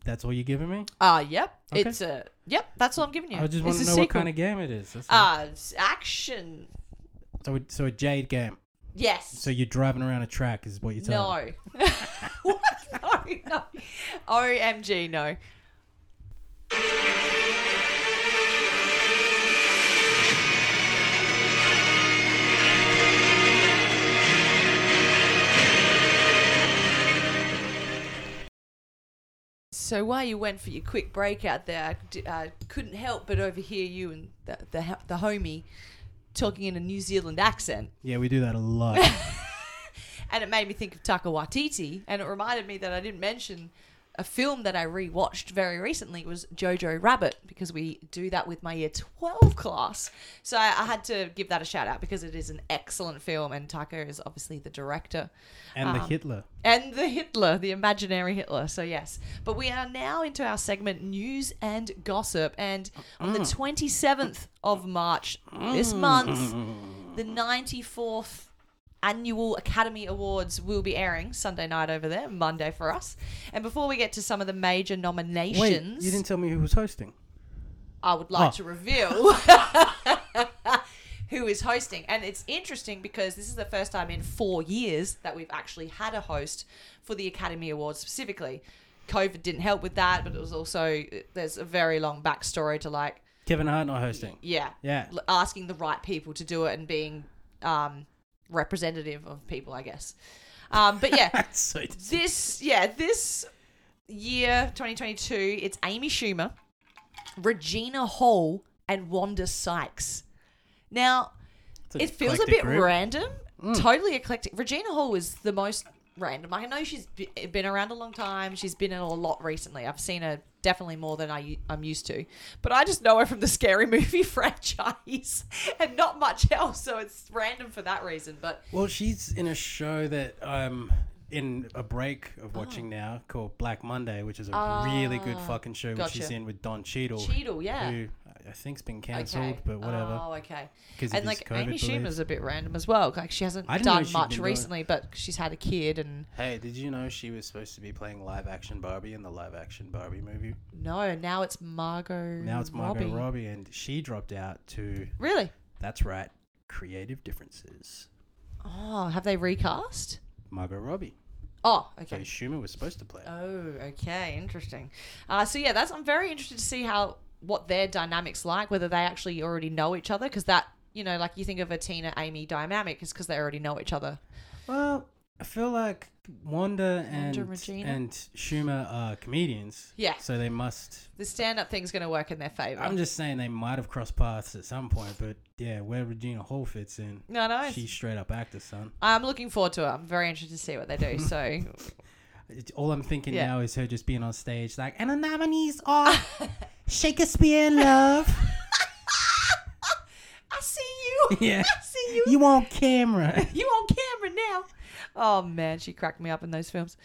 S2: That's all you're giving me?
S1: Ah, yep.
S2: Okay.
S1: It's a yep. That's what I'm giving you.
S2: I just
S1: want to
S2: know what kind of game it is. That's all.
S1: ah it's action.
S2: so, it- so a Jade game.
S1: Yes.
S2: So you're driving around a track is what you're telling me.
S1: no. [LAUGHS] what? No, no. Omg, no. So while you went for your quick break out there, I d- I couldn't help but overhear you and the, the, ho- the homie talking in a New Zealand accent.
S2: Yeah, we do that
S1: [LAUGHS]
S2: a lot.
S1: And it made me think of Taka Waititi. And it reminded me that I didn't mention a film that I rewatched very recently was Jojo Rabbit because we do that with my year 12 class. So I, I had to give that a shout out because it is an excellent film. And Taka is obviously the director
S2: and the
S1: Um,
S2: Hitler.
S1: and the Hitler, the imaginary Hitler. So yes, but we are now into our segment news and gossip, and on
S2: Mm.
S1: the twenty seventh of March this month, the ninety fourth annual Academy Awards will be airing Sunday night over there, Monday for us. And before we get to some of the major
S2: Wait,
S1: nominations,
S2: you didn't tell me who was hosting.
S1: I would like
S2: Oh.
S1: to reveal [LAUGHS] who is hosting. And it's interesting because this is the first time in four years that we've actually had a host for the Academy Awards specifically. COVID didn't help with that, but it was also, there's a very long backstory to like,
S2: Kevin Hart not hosting.
S1: yeah,
S2: Yeah.
S1: l- asking the right people to do it and being um, representative of people, I guess. Um, but yeah,
S2: [LAUGHS] That's so
S1: this yeah this year 2022 it's amy schumer regina hall and wanda sykes now
S2: an
S1: it feels a
S2: eclectic
S1: bit
S2: group. Mm.
S1: random totally eclectic regina hall was the most random i know she's be- been around a long time she's been in a lot recently i've seen her definitely more than I, i'm used to but i just know her from the scary movie [LAUGHS] franchise and not much else so it's random for that reason but
S2: Well, she's in a show that I'm in a break of watching
S1: Oh.
S2: now called Black Monday, which is a really good fucking show which she's
S1: Ah, gotcha.
S2: in with Don Cheadle.
S1: cheadle yeah
S2: Who I- I think's been cancelled, but whatever.
S1: Oh, okay.
S2: 'Cause of
S1: And
S2: this
S1: like
S2: COVID
S1: Amy
S2: belief.
S1: Schumer's a bit random as well. Like she hasn't
S2: I didn't know
S1: done
S2: she'd
S1: much
S2: been doing-
S1: recently, but she's had a kid, and
S2: Hey, did you know she was supposed to be playing live action Barbie in the live action Barbie movie?
S1: no, now it's Margot.
S2: Now it's Margot
S1: Robbie.
S2: Robbie, and she dropped out to
S1: Really?
S2: that's right, creative differences.
S1: Oh, have they recast?
S2: Margot Robbie.
S1: Oh,
S2: So
S1: okay.
S2: Schumer was supposed to play. her.
S1: Oh, okay, interesting. Uh, so yeah, that's I'm very interested to see how what their dynamics like, whether they actually already know each other, because that you know, like you think of a Tina Amy dynamic, is because they already know each other.
S2: Well, I feel like Wanda and
S1: Wanda Regina?
S2: and Schumer are comedians.
S1: Yeah.
S2: So they must.
S1: The stand up thing's going to work in their favor.
S2: I'm just saying they might have crossed paths at some point, but yeah, where Regina Hall fits in,
S1: no, no, it's-
S2: she's straight up actor, son.
S1: I'm looking forward to it. I'm very interested to see what they
S2: [LAUGHS]
S1: do. So
S2: It's, all I'm thinking
S1: Yeah.
S2: now is her just being on stage like, and the nominees
S1: [LAUGHS]
S2: are Shakespeare in Love.
S1: I see you. [LAUGHS]
S2: Yeah.
S1: I see you.
S2: you on camera.
S1: You on camera now. Oh man, she cracked me up in those films.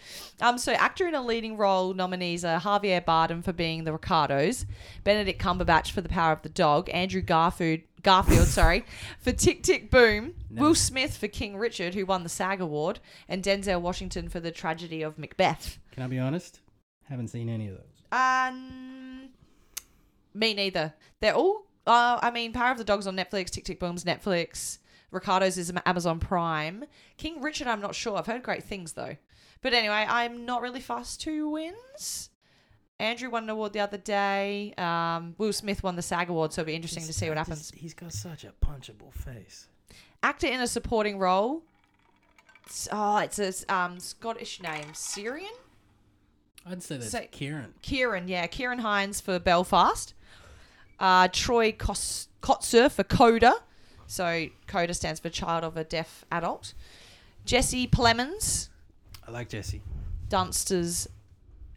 S1: Um, so actor in a leading role nominees are Javier Bardem for being the Ricardos, Benedict Cumberbatch for The Power of the Dog, Andrew Garfield, Garfield, [LAUGHS] sorry, for Tick Tick Boom, Will Smith for King Richard, who won the SAG award, and Denzel Washington for The Tragedy of Macbeth.
S2: [LAUGHS] Can I be honest? Haven't seen any of those.
S1: Um, me neither. They're all. Uh, I mean, Power of the Dogs on Netflix. Tick Tick Boom's Netflix. Ricardo's is Amazon Prime. King Richard, I'm not sure. I've heard great things though. But anyway, I'm not really fussed who wins. Andrew won an award the other day. Um, Will Smith won the SAG award, so it'll be interesting to see what happens.
S2: he's got such a punchable face.
S1: Actor in a supporting role. It's- oh, it's a um, Scottish name, Syrian.
S2: I'd say that's
S1: So-
S2: Kieran.
S1: Kieran, yeah, Kieran Hines for Belfast. Uh, Troy Kos- Kotzer for Coda. So Coda stands for Child of a Deaf Adult. Jesse Plemons,
S2: I like Jesse.
S1: Dunster's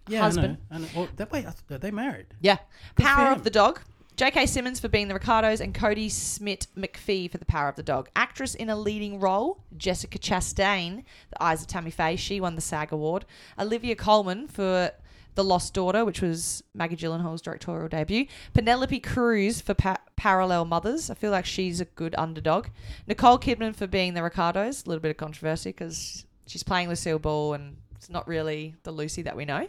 S2: Yeah,
S1: husband.
S2: I know. I know. Well, that way, are they married?
S1: Yeah.
S2: Good for
S1: Power of
S2: him.
S1: the Dog. J.K. Simmons for being the Ricardos and Cody Smith McPhee for the Power of the Dog. Actress in a leading role, Jessica Chastain, The Eyes of Tammy Faye. She won the SAG Award. Olivia Colman for The Lost Daughter, which was Maggie Gyllenhaal's directorial debut. Penelope Cruz for pa- Parallel Mothers. I feel like she's a good underdog. Nicole Kidman for being the Ricardos. A little bit of controversy because she's playing Lucille Ball and it's not really the Lucy that we know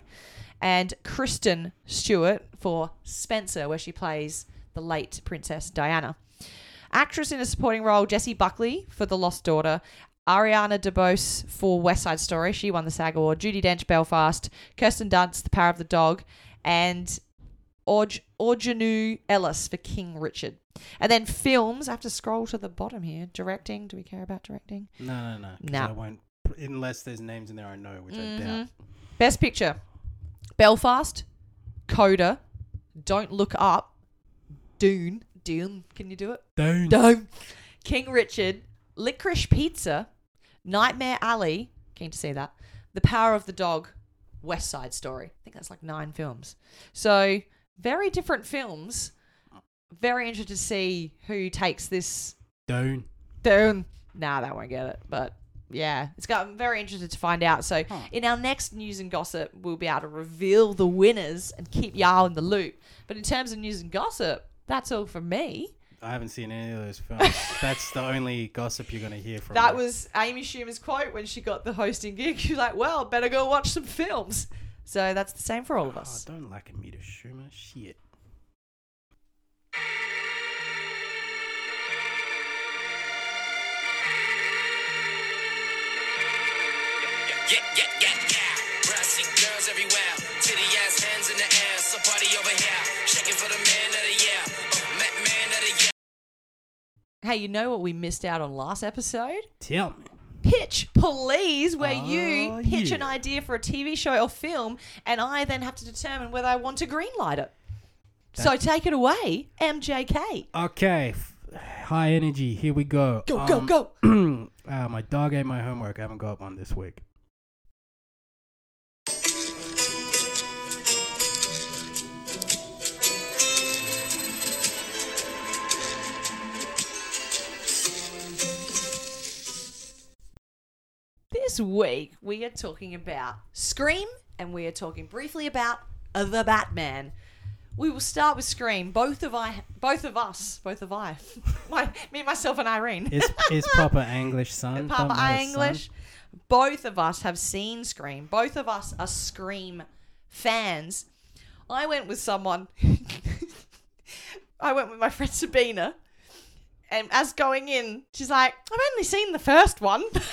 S1: and Kristen Stewart for Spencer, where she plays the late Princess Diana. Actress in a supporting role, Jessie Buckley for The Lost Daughter, Ariana DeBose for West Side Story, she won the SAG Award, Judy Dench, Belfast, Kirsten Dunst, The Power of the Dog, and Orj- Orjanu Ellis for King Richard. And then films, I have to scroll to the bottom here. Directing, do we care about directing?
S2: No, no, no. 'cause
S1: Nah. Mm-hmm.
S2: I won't. Unless there's names in there I know, which I doubt.
S1: Best Picture, Belfast, Coda, Don't Look Up, Dune. Dune. Can you do it?
S2: Don't.
S1: Dome. King Richard, Licorice Pizza, Nightmare Alley. Keen to see that. The Power of the Dog, West Side Story. I think that's like nine films. So very different films. Very interested to see who takes this
S2: Don't.
S1: down. Nah, that won't get it. But yeah, it's got. I'm very interested to find out. So
S2: Huh.
S1: in our next news and gossip, we'll be able to reveal the winners and keep y'all in the loop. But in terms of news and gossip, that's all for me.
S2: I haven't seen any of
S1: [LAUGHS]
S2: those films. That's the only gossip you're gonna hear from.
S1: That
S2: me.
S1: was Amy Schumer's quote when she got the hosting gig. [LAUGHS] She was like, well, better go watch some films. So that's the same for all of
S2: Oh,
S1: us.
S2: don't like me to Schumer. Shit.
S4: Yeah, yeah, yeah, yeah. Brassy girls everywhere. Titty ass hands in the air. So party over here. Shaking for the man of the year. Uh, ma- man of the year.
S1: Hey, you know what we missed out on last episode?
S2: Tell me.
S1: Pitch Please, where
S2: Oh,
S1: you pitch
S2: yeah.
S1: an idea for a TV show or film, and I then have to determine whether I want to greenlight it. so take it away, MJK.
S2: Okay. f- High energy. Here we go.
S1: Go, go,
S2: Um,
S1: go.
S2: [CLEARS THROAT] uh, my dog ate my homework. I haven't got one this week.
S1: This week, we are talking about Scream, and we are talking briefly about The Batman. We will start with Scream. Both of I, both of us, both of I, [LAUGHS] my, me, myself, and Irene.
S2: It's
S1: [LAUGHS]
S2: it's proper English, son.
S1: Papa
S2: Don't
S1: I
S2: know, son.
S1: English. Both of us have seen Scream. Both of us are Scream fans. I went with someone. [LAUGHS] I went with my friend Sabina, and as going in, she's like, "I've only seen the first one," [LAUGHS] and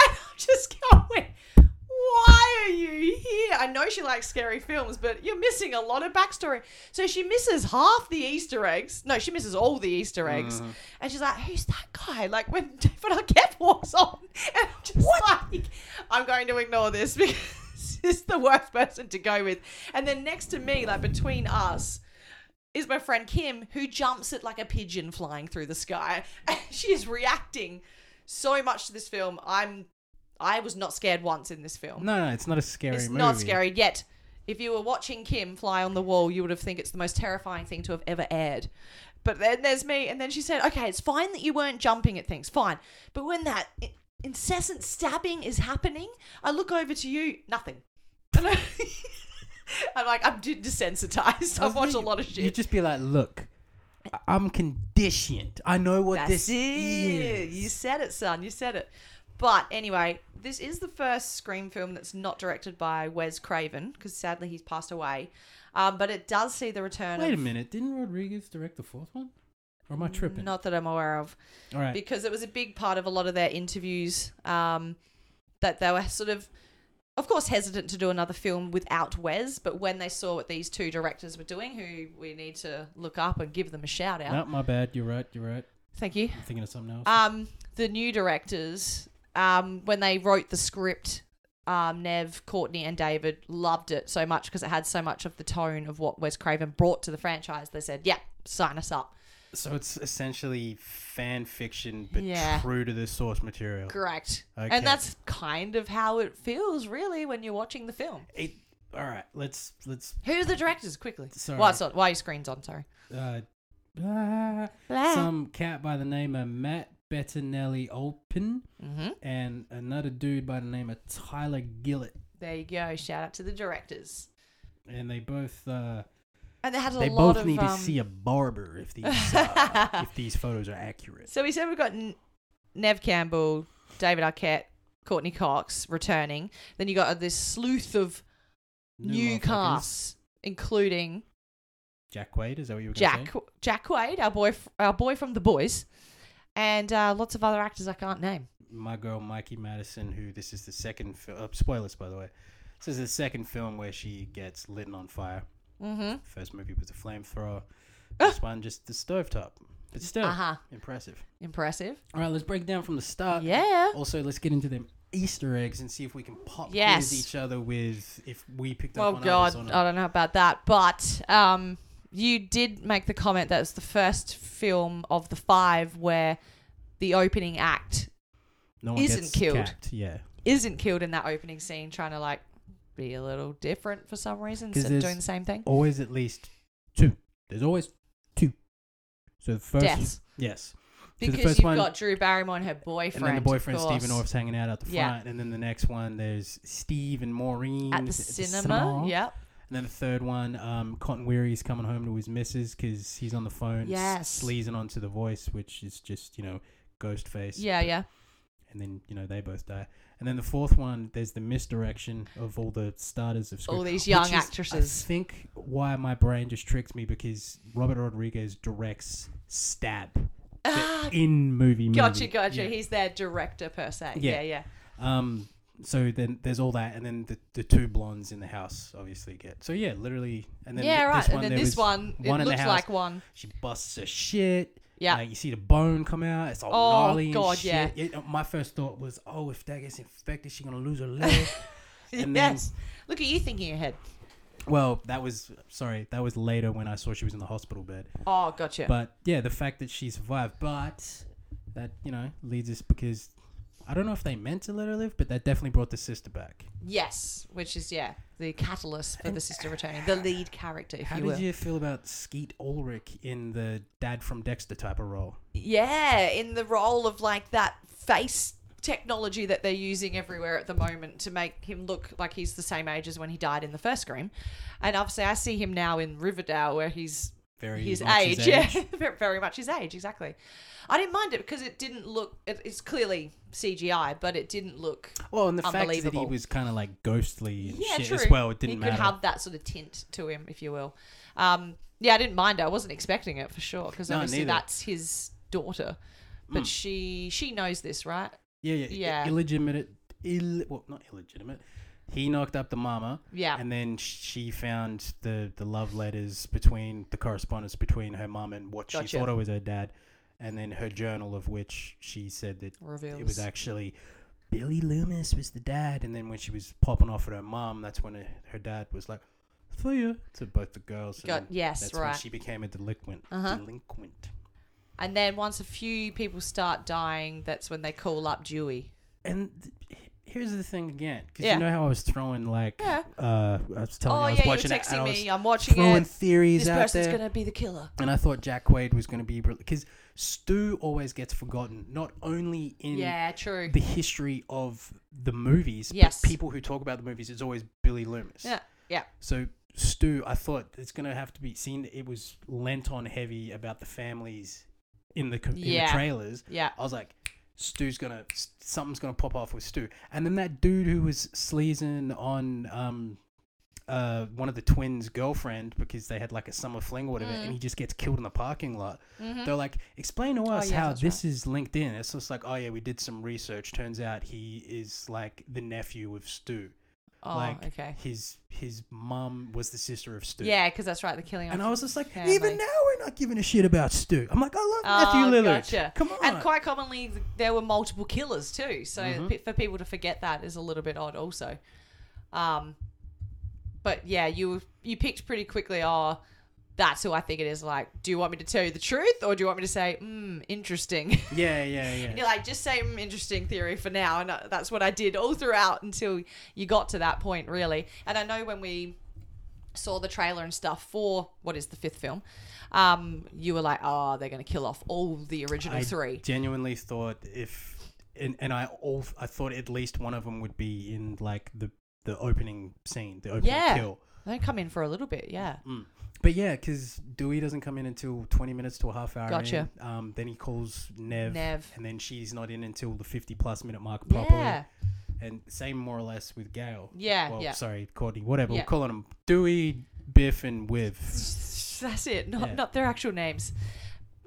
S1: I'm just going. Why are you here? I know she likes scary films, but you're missing a lot of backstory. So she misses half the Easter eggs. No, she misses all the Easter eggs. And she's like, "Who's that guy?" Like when [LAUGHS] David Arquette walks on, and I'm just like, "I'm going to ignore this [LAUGHS] because it's the worst person to go with." And then next to me, like between us, is my friend Kim, who jumps at like a pigeon flying through the sky. [LAUGHS] And she is reacting so much to this film. I'm I was not scared once in this film.
S2: No, no, it's not a scary
S1: it's
S2: movie.
S1: not scary yet. If you were watching Kim fly on the wall, you would have think it's the most terrifying thing to have ever aired. But then there's me, and then she said, "Okay, it's fine that you weren't jumping at things, fine. But when that i- incessant stabbing is happening, I look over to you, nothing. [LAUGHS] And I, I'm like, I'm de- desensitized. I've watched a lot of shit.
S2: You just be like, look, I- I'm conditioned. I know what
S1: That's
S2: this
S1: it.
S2: is.
S1: You said it, son. You said it. But anyway, this is the first Scream film that's not directed by Wes Craven because sadly he's passed away. Um, but it does see the return
S2: Wait a
S1: of.
S2: minute. Didn't Rodriguez direct the fourth one? Or am I tripping?
S1: Not that I'm aware of.
S2: All right.
S1: because it was a big part of a lot of their interviews um, that they were sort of, of course, hesitant to do another film without Wes. But when they saw what these two directors were doing, who we need to look up and give them a shout out.
S2: No, my bad. You're right. You're right.
S1: Thank you.
S2: I'm thinking of something else.
S1: Um, the new directors, um, when they wrote the script, um, Nev, Courtney, and David loved it so much because it had so much of the tone of what Wes Craven brought to the franchise. They said, "Yeah, sign us up."
S2: so it's essentially fan fiction, but
S1: Yeah.
S2: true to the source material.
S1: Correct.
S2: Okay.
S1: And that's kind of how it feels, really, when you're watching the film.
S2: It, all right. Let's let's.
S1: Who are the directors? Quickly.
S2: Sorry.
S1: Why it's on? Why your screen's on? Sorry.
S2: Uh, ah, some cat by the name of Matt Bettinelli Open
S1: hmm
S2: and another dude by the name of Tyler Gillett,
S1: There you go. Shout out to the directors.
S2: and they both. Uh,
S1: And they had a
S2: they
S1: lot
S2: both
S1: of.
S2: need
S1: um,
S2: to see a barber if these
S1: [LAUGHS]
S2: uh, if these photos are accurate.
S1: So we said we've got N- Nev Campbell, David Arquette, Courtney Cox returning. Then you got this sleuth of new,
S2: motherfuckers.
S1: casts, including
S2: Jack Quaid, is that what you were
S1: Jack
S2: Gonna
S1: Jack Quaid, our boy, f- our boy from The Boys, and uh, lots of other actors I can't name.
S2: say? My girl Mikey Madison, who this is the second film. Uh, spoilers, by the way. This is the second film where she gets lit on fire.
S1: Mm-hmm.
S2: First movie was
S1: [LAUGHS]
S2: a flamethrower. This one just the stovetop, but still
S1: Uh-huh.
S2: impressive.
S1: Impressive.
S2: All right, let's break down from the start.
S1: Yeah.
S2: Also, let's get into them Easter eggs and see if we can pop quiz
S1: Yes.
S2: each other with if we picked
S1: Oh
S2: up on others
S1: God,
S2: or not.
S1: I don't know about that, but um, you did make the comment that it's the first film of the five where the opening act
S2: no one
S1: isn't
S2: gets
S1: killed.
S2: capped, Yeah,
S1: isn't killed in that opening scene, trying to like be a little different for some reason,
S2: 'Cause
S1: instead of
S2: there's-
S1: doing the same thing.
S2: always at least two. There's always two. So the first
S1: Deaths,
S2: yes, the
S1: because
S2: first
S1: you've
S2: one-
S1: got Drew Barrymore and her boyfriend,
S2: and then the
S1: of
S2: boyfriend Stephen
S1: course,
S2: Orff's hanging out at the front,
S1: Yeah.
S2: and then the next one there's Steve and Maureen
S1: at the cinema. Yep.
S2: And then the third one, um, Cotton Weary's coming home to his missus because he's on the phone, s-
S1: Yes.
S2: sleazing onto the voice, which is just you know Ghostface.
S1: Yeah, yeah.
S2: And then you know they both die. And then the fourth one, there's the misdirection of all the starters of
S1: All
S2: school.
S1: these young
S2: which is,
S1: actresses.
S2: I think why my brain just tricked me because Robert Rodriguez directs stab
S1: Ah,
S2: in movie.
S1: gotcha,
S2: movie.
S1: gotcha.
S2: Yeah.
S1: He's their director per se. Yeah,
S2: Yeah.
S1: yeah.
S2: Um, so then there's all that, and then the, the two blondes in the house obviously get. So yeah, literally, and then
S1: yeah,
S2: th-
S1: right.
S2: This one,
S1: and then
S2: there
S1: this
S2: was
S1: one, it
S2: one in the
S1: looks
S2: house.
S1: like one. [LAUGHS]
S2: She busts her shit.
S1: Yeah.
S2: Like, you see the bone come out. It's all
S1: Oh,
S2: gnarly. and
S1: God,
S2: shit.
S1: yeah.
S2: It- uh, my first thought was, oh, if that gets infected, she's gonna lose
S1: [LAUGHS]
S2: her leg. And then-
S1: yes. Look at you thinking ahead.
S2: well, that was sorry. That was later when I saw she was in the hospital bed.
S1: Oh, gotcha.
S2: But yeah, the fact that she survived, but that you know leads us because I don't know if they meant to let her live, but that definitely brought the sister back.
S1: yes, which is yeah, the catalyst for the sister returning, the lead character, if
S2: How
S1: you
S2: did
S1: will.
S2: you feel about Skeet Ulrich in the dad from Dexter type of role?
S1: Yeah, in the role of like that face technology that they're using everywhere at the moment to make him look like he's the same age as when he died in the first Scream, and obviously I see him now in Riverdale where he's
S2: Very
S1: his
S2: much
S1: age, [LAUGHS] yeah, Ve- very much his age, exactly. I didn't mind it because it didn't look. It, it's clearly CGI, but it didn't look.
S2: Well, and the fact that he
S1: Unbelievable.
S2: was kind of like ghostly and
S1: Yeah,
S2: shit
S1: true.
S2: as well, it didn't
S1: he
S2: matter.
S1: could have that sort of tint to him, if you will. Um, yeah, I didn't mind. it. I wasn't expecting it for sure because
S2: No,
S1: obviously
S2: neither. Mm.
S1: that's his daughter, but she she knows this, right?
S2: Yeah, yeah, i-
S1: Yeah.
S2: Illegitimate, Ill, well, not illegitimate. He knocked up the mama.
S1: Yeah.
S2: And then she found the the love letters between the correspondence between her mum and what she
S1: Gotcha.
S2: thought was her dad, and then her journal of which she said that it was
S1: Reveals.
S2: actually Billy Loomis was the dad. And then when she was popping off at her mum, that's when her, her dad was like, "For you," to both the girls. and
S1: Got-
S2: then
S1: yes,
S2: that's When
S1: right.
S2: she became a delinquent.
S1: Uh-huh.
S2: Delinquent.
S1: And then once a few people start dying, that's when they call up Dewey.
S2: and th- here's the thing again because
S1: Yeah.
S2: you know how i was throwing like
S1: Yeah.
S2: uh i was telling you
S1: oh
S2: i was
S1: yeah, you were
S2: watching it
S1: texting
S2: and i was
S1: me. I'm watching
S2: throwing
S1: it.
S2: theories
S1: This
S2: out
S1: person's
S2: there
S1: gonna be the killer.
S2: and i thought jack quaid was going to be because stu always gets forgotten not only in
S1: Yeah, true.
S2: the history of the movies
S1: Yes.
S2: but people who talk about the movies it's always billy loomis
S1: Yeah, yeah.
S2: so stu i thought it's going to have to be seen it was lent on heavy about the families in the, co- in
S1: Yeah.
S2: the trailers
S1: Yeah.
S2: I was like, Stu's gonna s- something's gonna pop off with Stu. And then that dude who was sleazing on um uh one of the twins' girlfriend because they had like a summer fling or whatever,
S1: Mm.
S2: and he just gets killed in the parking lot. They're like, explain to us
S1: Mm-hmm. Oh, yeah,
S2: how
S1: that's
S2: this is linked in. It's just like, oh yeah, we did some research. Turns out he is like the nephew of Stu.
S1: Oh,
S2: like
S1: okay.
S2: his his mum was the sister of Stu.
S1: Yeah, because that's right. The killing.
S2: And
S1: of-
S2: I was just like,
S1: Family.
S2: even now we're not giving a shit about Stu. I'm like, I love
S1: Oh,
S2: Matthew Lillard.
S1: gotcha.
S2: Come on. Mm-hmm.
S1: And quite commonly, th- there were multiple killers too. So pe- for people to forget that is a little bit odd, also. Um, but yeah, you you picked pretty quickly. Oh, that's who I think it is. Like, do you want me to tell you the truth, or do you want me to say, mm, interesting? [LAUGHS]
S2: yeah, yeah, yeah.
S1: And you're like, just say mm, interesting theory for now. And uh, that's what I did all throughout until you got to that point, really. And I know when we saw the trailer and stuff for what is the fifth film, um, you were like, oh, they're going to kill off all the original
S2: I
S1: three.
S2: genuinely thought if and, and I all I thought at least one of them would be in like the the opening scene, the opening
S1: Yeah.
S2: kill.
S1: They come in for a little bit, yeah.
S2: But yeah, because Dewey doesn't come in until twenty minutes to a half hour.
S1: Gotcha.
S2: in. Um, then he calls Nev,
S1: Nev.
S2: and then she's not in until the fifty plus minute mark properly.
S1: Yeah.
S2: And same more or less with Gail.
S1: Yeah,
S2: Well,
S1: yeah.
S2: sorry, Courtney. Whatever
S1: Yeah.
S2: we're calling them, Dewey, Biff, and With.
S1: [LAUGHS] That's it, not,
S2: Yeah.
S1: not their actual names.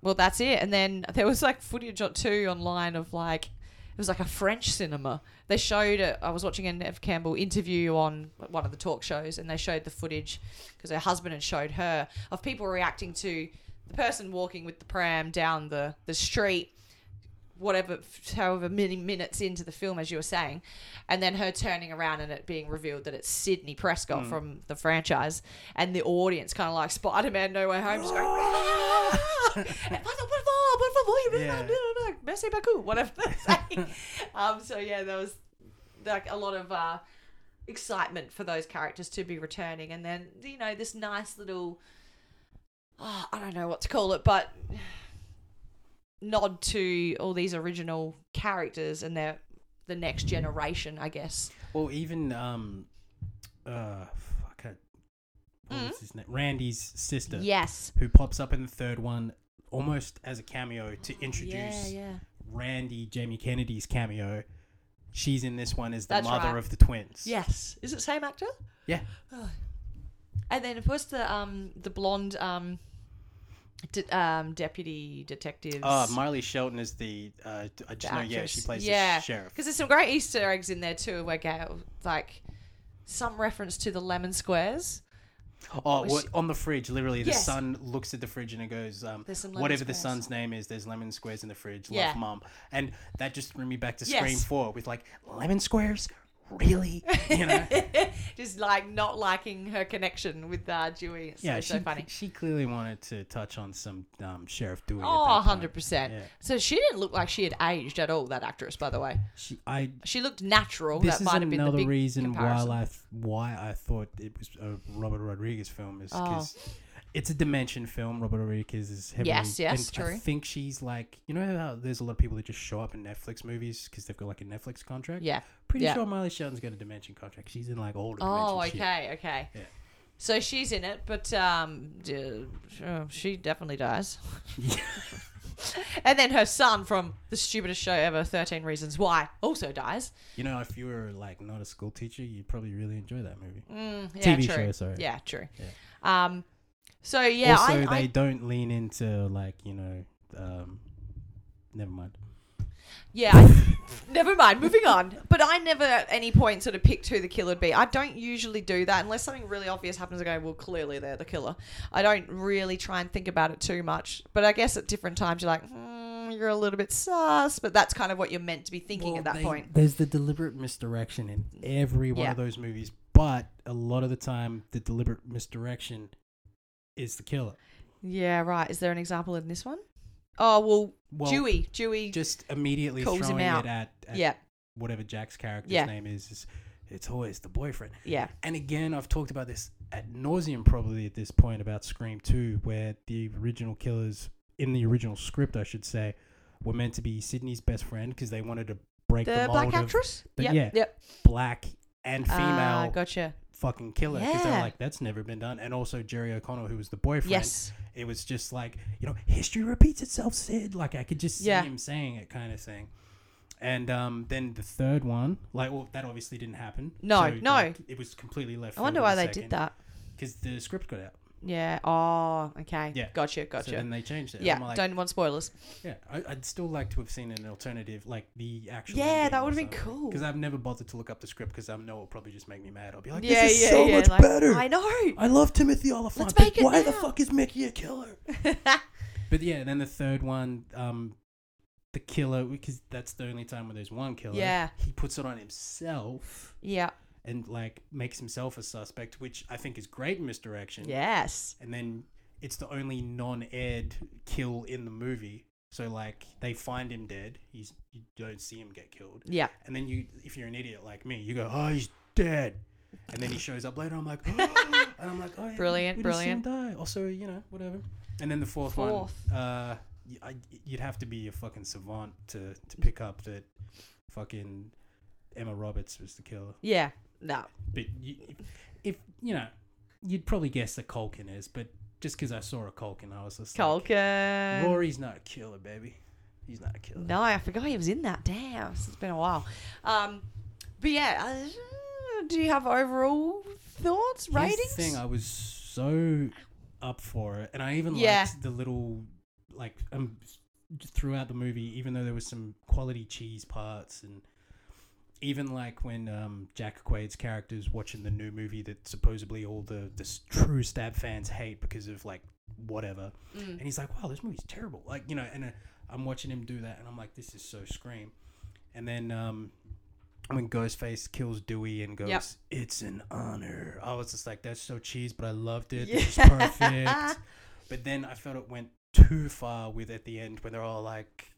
S1: Well, that's it. And then there was like footage or two online of like, it was like a French cinema. They showed it. I was watching a Nev Campbell interview on one of the talk shows, and they showed the footage because her husband had showed her of people reacting to the person walking with the pram down the, the street whatever, however many minutes into the film, as you were saying, and then her turning around and it being revealed that it's Sydney Prescott from the franchise, and the audience kind of like Spider Man No Way Home, just going, "Ah!" And, "Por favor, por favor, you really
S2: Yeah.
S1: don't- no, no, no, merci beaucoup," whatever they're [LAUGHS] saying. um, so yeah, there was like a lot of uh, excitement for those characters to be returning, and then you know this nice little. ah, I don't know what to call it, but nod to all these original characters and their the next generation, I guess.
S2: Well, even um, uh, fuck it, what
S1: Hmm?
S2: was his name? Randy's sister,
S1: Yes.
S2: who pops up in the third one almost as a cameo to introduce
S1: yeah.
S2: Randy Jamie Kennedy's cameo. She's in this one as the
S1: That's
S2: mother
S1: right.
S2: of the twins.
S1: Yes. Is it same actor?
S2: yeah.
S1: And then what's the um the blonde um, de- um deputy detective?
S2: Uh, Miley Shelton is the. Uh, I just know. Yeah, she plays the sheriff.
S1: Because there's some great Easter eggs in there too, where Gail like some reference to the lemon squares.
S2: Oh,
S1: Was
S2: well,
S1: she-
S2: on the fridge, literally, the
S1: Yes.
S2: son looks at the fridge and it goes, um,
S1: There's some lemon
S2: whatever the
S1: squares.
S2: son's name is, there's lemon squares in the fridge.
S1: Yeah.
S2: Love, mom. And that just threw me back to
S1: Yes.
S2: Scream 4 with like, lemon squares? Really?
S1: [LAUGHS]
S2: You know?
S1: Just like not liking her connection with uh, Dewey. It's
S2: yeah,
S1: so, so
S2: [LAUGHS] she,
S1: funny.
S2: she clearly wanted to touch on some um, Sheriff Dewey.
S1: Oh,
S2: at that point.
S1: 100%.
S2: Yeah.
S1: So she didn't look like she had aged at all, that actress, by the way.
S2: She, I.
S1: She looked natural.
S2: This
S1: that
S2: is
S1: might have been the
S2: another
S1: big
S2: reason
S1: comparison.
S2: why I th- why I thought it was a Robert Rodriguez film
S1: Oh.
S2: is because it's a dimension film. Robert Rodriguez is heavily.
S1: Yes, yes,
S2: and
S1: true.
S2: I think she's like you know how there's a lot of people that just show up in Netflix movies because they've got like a Netflix contract.
S1: Yeah.
S2: pretty
S1: yeah.
S2: sure Miley Shelton's got a dimension contract. She's in like all the dimension
S1: Oh,
S2: shit.
S1: okay, okay.
S2: Yeah.
S1: So she's in it, but um, d- uh, she definitely
S2: [LAUGHS]
S1: dies. and then her son from the stupidest show ever, 13 Reasons Why, also dies.
S2: You know, if you were like not a school teacher, you'd probably really enjoy that movie.
S1: Yeah,
S2: TV
S1: true.
S2: Mm-hmm. show, sorry.
S1: Yeah, true. Um, so, yeah,
S2: also,
S1: I,
S2: they
S1: I
S2: don't lean into like you know, um, never mind.
S1: Yeah. I, [LAUGHS] never mind. Moving on. But I never at any point sort of picked who the killer would be. I don't usually do that unless something really obvious happens. I go, well, clearly they're the killer. I don't really try and think about it too much. But I guess at different times you're like, hmm, you're a little bit sus. But that's kind of what you're meant to be thinking
S2: Well,
S1: at that
S2: they-
S1: point.
S2: There's the deliberate misdirection in every one
S1: Yeah.
S2: of those movies, but a lot of the time, the deliberate misdirection is the killer.
S1: Yeah, right. Is there an example in this one? Oh, well,
S2: Well,
S1: Dewey. Dewey.
S2: Just immediately
S1: Calls him
S2: throwing
S1: out.
S2: it at, at
S1: yeah.
S2: whatever Jack's character's
S1: Yeah.
S2: name is, is. It's always the boyfriend.
S1: Yeah.
S2: And again, I've talked about this at nauseum probably at this point about Scream 2, where the original killers, in the original script, I should say, were meant to be Sydney's best friend because they wanted to break the,
S1: The
S2: mold
S1: black
S2: of
S1: actress?
S2: but
S1: yep.
S2: yeah,
S1: Yep.
S2: black and female
S1: Ah, gotcha.
S2: fucking killer because they're
S1: Yeah.
S2: like that's never been done and also jerry o'connell who was the boyfriend
S1: Yes.
S2: it was just like you know history repeats itself sid like i could just see
S1: Yeah.
S2: him saying it kind of thing and um, then the third one like well that obviously didn't happen
S1: No, no.
S2: like, it was completely left
S1: I wonder why they did that.
S2: because the script got out
S1: Yeah. Oh, okay.
S2: Yeah.
S1: Gotcha.
S2: so
S1: Gotcha.
S2: then they changed it And
S1: yeah.
S2: I'm like,
S1: don't want spoilers.
S2: yeah I, i'd still like to have seen an alternative like the actual
S1: Yeah, that would've been cool.
S2: because i've never bothered to look up the script because i know it'll probably just make me mad i'll be like
S1: yeah.
S2: this is
S1: yeah.
S2: so
S1: yeah.
S2: much
S1: like,
S2: better
S1: I know. [LAUGHS]
S2: I love Timothy Oliphant.
S1: Let's
S2: but
S1: make it
S2: why the
S1: now.
S2: fuck is Mickey a killer? but yeah, then the third one, um, the killer, because that's the only time where there's one killer.
S1: Yeah.
S2: He puts it on himself
S1: yeah.
S2: and like makes himself a suspect, which I think is great misdirection.
S1: Yes.
S2: And then it's the only non-aired kill in the movie. So like they find him dead. He's you don't see him get killed.
S1: Yeah.
S2: And then you, if you're an idiot like me, you go, "Oh, he's dead," and then he shows up later. I'm like, [GASPS] and I'm like, "Oh, yeah,
S1: Brilliant,
S2: we didn't see him
S1: brilliant.
S2: die." Also, you know, whatever. And then the fourth,
S1: Fourth.
S2: one, uh, y- I, you'd have to be a fucking savant to to pick up that fucking Emma Roberts was the killer.
S1: Yeah. No.
S2: But you, if, if you know, you'd probably guess that Colkin is. But just because I saw a Colkin, I was just like,
S1: Culkin.
S2: Rory's not a killer, baby. He's not a killer.
S1: No, I forgot he was in that. Damn, it's been a while. Um, but yeah, uh, do you have overall thoughts,
S2: Here's
S1: ratings?
S2: the thing I was so up for it, and I even
S1: Yeah.
S2: liked the little like um throughout the movie, even though there was some quality cheese parts and even like when um, Jack Quaid's character's watching the new movie that supposedly all the, the s- true Stab fans hate because of like whatever,
S1: Mm.
S2: and he's like, "Wow, this movie's terrible." Like you know, and uh, I'm watching him do that, and I'm like, "This is so Scream." And then um, when Ghostface kills Dewey and goes,
S1: Yep.
S2: "It's an honor," I was just like, "That's so cheese," but I loved it.
S1: Yeah.
S2: It
S1: [LAUGHS]
S2: was perfect. But then I felt it went too far with at the end when they're all like,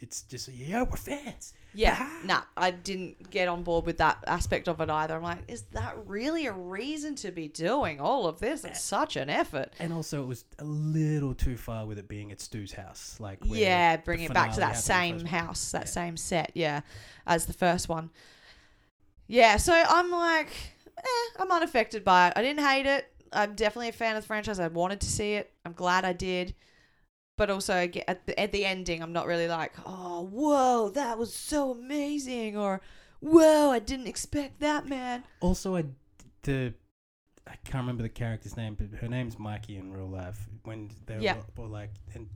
S2: "It's just yeah, we're fans."
S1: Yeah,
S2: Ah.
S1: nah, I didn't get on board with that aspect of it either. I'm like, is that really a reason to be doing all of this? It's such an effort.
S2: And also, it was a little too far with it being at Stu's house. Like, where
S1: yeah,
S2: the
S1: bring it back to
S2: finale
S1: that
S2: happened
S1: same
S2: the first-
S1: house, that same set, yeah, as the first one. Yeah, so I'm like, eh, I'm unaffected by it. I didn't hate it. I'm definitely a fan of the franchise. I wanted to see it. I'm glad I did. But also ag- at the, at the ending, I'm not really like, oh, whoa, that was so amazing, or whoa, I didn't expect that, man.
S2: Also, I the I can't remember the character's name, but her name's Mikey in real life. When they
S1: Yeah.
S2: were, were like, and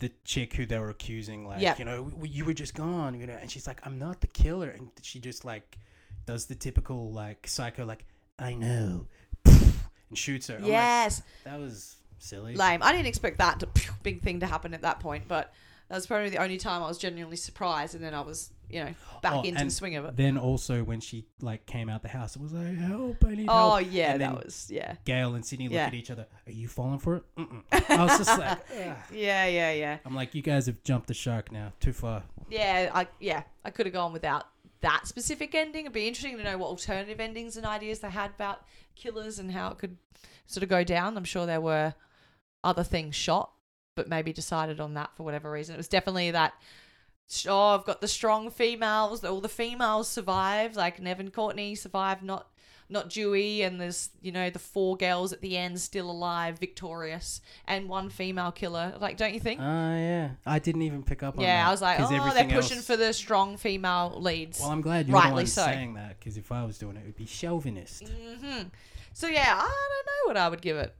S2: the chick who they were accusing, like,
S1: Yeah.
S2: you know, "W- you were just gone, you know, and she's like, I'm not the killer, and she just like does the typical like psycho, like, I know, [LAUGHS] and shoots her. I'm like,
S1: Yes,
S2: that was silly.
S1: lame. I didn't expect that to, big thing to happen at that point, but that was probably the only time I was genuinely surprised, and then I was, you know, back
S2: Oh,
S1: into the
S2: and
S1: swing of it.
S2: Then also when she like came out the house, it was like, help, I need help.
S1: Oh yeah,
S2: And
S1: that
S2: then
S1: was yeah,
S2: Gail and Sydney look
S1: Yeah.
S2: at each other. Are you falling for it? Mm-mm. I was
S1: [LAUGHS]
S2: just like, "Ugh."
S1: yeah, yeah, yeah,
S2: I'm like, you guys have jumped the shark now, too far.
S1: yeah. I yeah, I could have gone without that specific ending. It'd be interesting to know what alternative endings and ideas they had about killers and how it could sort of go down. I'm sure there were other things shot, but maybe decided on that for whatever reason. It was definitely that. Oh, I've got the strong females. All the females survived. Like Nevin Courtney survived, not not Dewey, and there's you know the four girls at the end still alive, victorious, and one female killer. Like, don't you think?
S2: Oh yeah, I didn't even pick up on that.
S1: Yeah, I was like,
S2: 'cause
S1: oh, they're
S2: everything
S1: pushing
S2: else-
S1: for the strong female leads.
S2: Well, I'm glad you're the
S1: rightly
S2: one
S1: so.
S2: saying that because if I was doing it, it would be chauvinist.
S1: Mm-hmm. so yeah, I don't know what I would give it.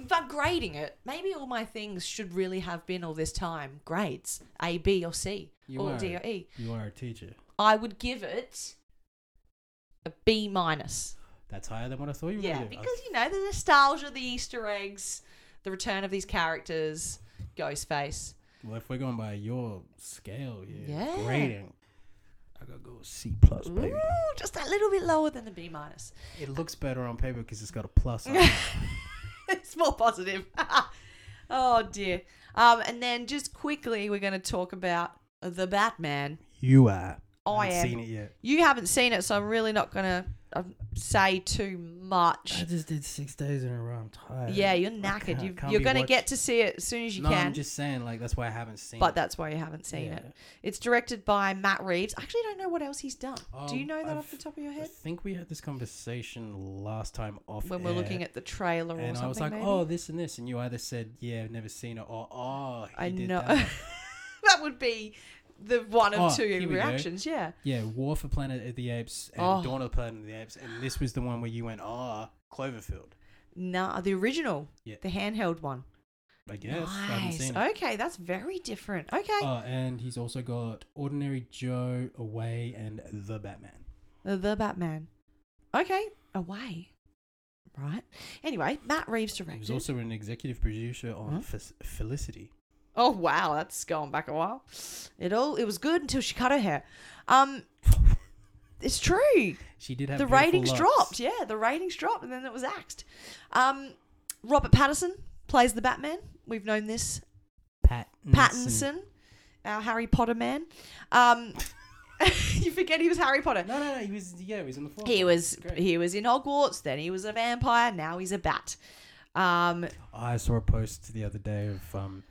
S1: But grading it, maybe all my things should really have been all this time grades A, B, or C,
S2: You
S1: or
S2: are.
S1: D or E.
S2: You are a teacher.
S1: I would give it a B minus.
S2: That's higher than what I thought you were.
S1: Yeah,
S2: gonna do. Mm. I-
S1: because you know the nostalgia, the Easter eggs, the return of these characters, Ghostface.
S2: well, if we're going by your scale, yeah,
S1: Yeah.
S2: grading, I gotta go C plus,
S1: Ooh,
S2: baby.
S1: just a little bit lower than the B minus.
S2: It looks better on paper because it's got a plus. on
S1: [LAUGHS]
S2: it.
S1: it's more positive. [LAUGHS] oh dear. Um, and then just quickly, we're going to talk about the Batman.
S2: You are.
S1: Oh, I
S2: haven't
S1: am.
S2: seen it yet.
S1: You haven't seen it, so I'm really not going to um, say too much.
S2: just did six days in a row. I'm tired.
S1: Yeah, you're knackered.
S2: can't-
S1: you
S2: can't
S1: you're
S2: be
S1: going to
S2: watch-
S1: get to see it as soon as you
S2: No,
S1: can.
S2: I'm just saying, like that's why I haven't seen.
S1: But
S2: it.
S1: that's why you haven't seen it.
S2: Yeah.
S1: It's directed by Matt Reeves. I actually don't know what else he's done. Do you
S2: Um,
S1: know that off
S2: I've-
S1: the top of your
S2: I
S1: head?
S2: think we had this conversation last time off
S1: When we're looking
S2: air,
S1: at the trailer or
S2: and
S1: something.
S2: I was like,
S1: maybe?
S2: oh, this and this, and you either said, yeah, I've never seen it, or oh, he
S1: I
S2: did
S1: know. [LAUGHS]
S2: that.
S1: that would be the one of
S2: Oh,
S1: two
S2: here we go.
S1: reactions. Yeah.
S2: yeah, War for Planet of the Apes and
S1: Oh.
S2: Dawn of the Planet of the Apes, and this was the one where you went, ah, Cloverfield.
S1: Nah, the original,
S2: Yeah.
S1: the handheld one.
S2: I guess I haven't
S1: nice.
S2: seen it.
S1: Okay, that's very different. Okay,
S2: Oh, and he's also got Ordinary Joe, Away, and The Batman.
S1: the, the Batman. Okay, away. Right. Anyway, Matt Reeves
S2: He was
S1: directed.
S2: also an executive producer on
S1: Huh?
S2: Fe- Felicity.
S1: oh wow, that's going back a while. It all it was good until she cut her hair. Um, it's true.
S2: She did have
S1: the
S2: beautiful
S1: ratings
S2: locks.
S1: dropped. Yeah, the ratings dropped, and then it was axed. Um, Robert Patterson plays the Batman. We've known this
S2: Pattinson.
S1: Pattinson, our Harry Potter man. Um, [LAUGHS] you forget he was Harry Potter.
S2: No, no, no. He was yeah, he was in the fourth.
S1: He
S2: one.
S1: was
S2: Great.
S1: he was in Hogwarts, then he was a vampire, now he's a bat. Um,
S2: I saw a post the other day of um,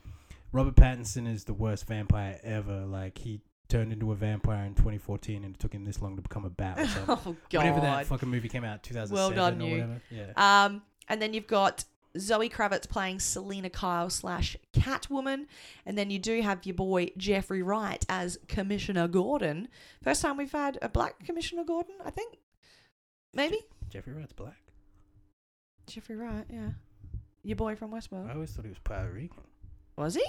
S2: Robert Pattinson is the worst vampire ever. Like he turned into a vampire in 2014, and it took him this long to become a
S1: [LAUGHS]
S2: bat. Or something.
S1: oh
S2: Whatever that
S1: god.
S2: fucking movie came out, 2007
S1: done,
S2: or
S1: you.
S2: whatever. Yeah.
S1: Um, and then you've got Zoe Kravitz playing Selena Kyle slash Catwoman, and then you do have your boy Jeffrey Wright as Commissioner Gordon. First time we've had a black Commissioner Gordon, I think. Maybe
S2: Jeffrey Wright's black.
S1: Jeffrey Wright, yeah. Your boy from
S2: I
S1: Westworld,
S2: always thought he was Puerto Rican.
S1: was he?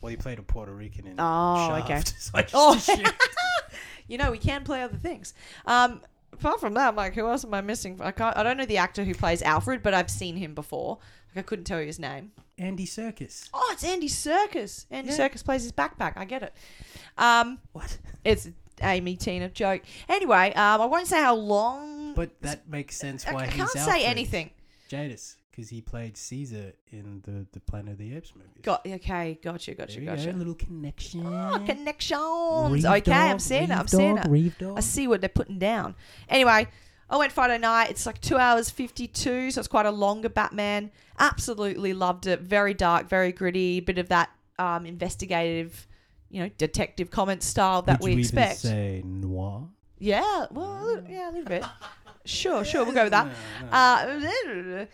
S2: Well, he played a Puerto Rican in
S1: Oh,
S2: Shaft.
S1: okay.
S2: [LAUGHS] so I just
S1: Oh.
S2: assumed-
S1: you know, we can play other things. Um, apart from that, Mike, who else am I missing? I can't. I don't know the actor who plays Alfred, but I've seen him before. Like I couldn't tell you his name.
S2: Andy Circus.
S1: Oh, it's Andy Circus. Andy
S2: Yeah.
S1: Circus plays his backpack. I get it. Um,
S2: What?
S1: it's Amy Tina joke. Anyway, um, I won't say how long. [LAUGHS]
S2: But that makes sense
S1: I,
S2: why
S1: I
S2: he's
S1: can't
S2: Alfred.
S1: say anything.
S2: Jadis, because he played Caesar in the the Planet of the Apes movies.
S1: Got okay. Gotcha. Gotcha.
S2: there you
S1: gotcha.
S2: go. Little connection.
S1: Oh, connections.
S2: Reeve
S1: okay, I'm
S2: dog,
S1: seeing it. I'm
S2: Reeve
S1: seeing
S2: dog,
S1: it.
S2: Reeve dog.
S1: I see what they're putting down. Anyway, I went Friday night. It's like two hours 52, so it's quite a longer Batman. Absolutely loved it. Very dark, very gritty. Bit of that um, investigative, you know, detective comment style that
S2: Would
S1: we
S2: you
S1: expect.
S2: Even say noir.
S1: Yeah, well, a little- yeah, a little bit. Sure, sure, we'll go with that. Uh,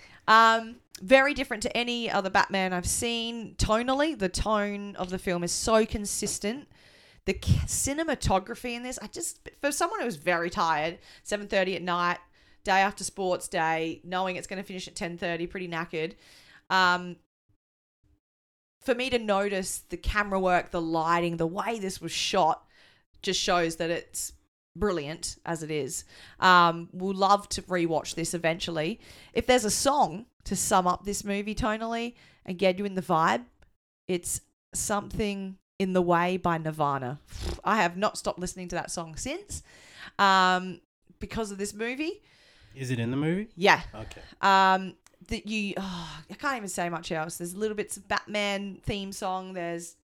S1: [LAUGHS] um, very different to any other Batman I've seen. Tonally, the tone of the film is so consistent. The c- cinematography in this, I just for someone who was very tired, seven thirty at night, day after sports day, knowing it's going to finish at ten thirty, pretty knackered. Um, for me to notice the camera work, the lighting, the way this was shot, just shows that it's brilliant as it is. Um, we'll love to rewatch this eventually. If there's a song to sum up this movie tonally and get you in the vibe, it's something in the way by Nirvana. I have not stopped listening to that song since um, because of this movie.
S2: Is it in the movie?
S1: Yeah,
S2: Okay.
S1: um, that you oh, I can't even say much else. There's little bits of Batman theme song. There's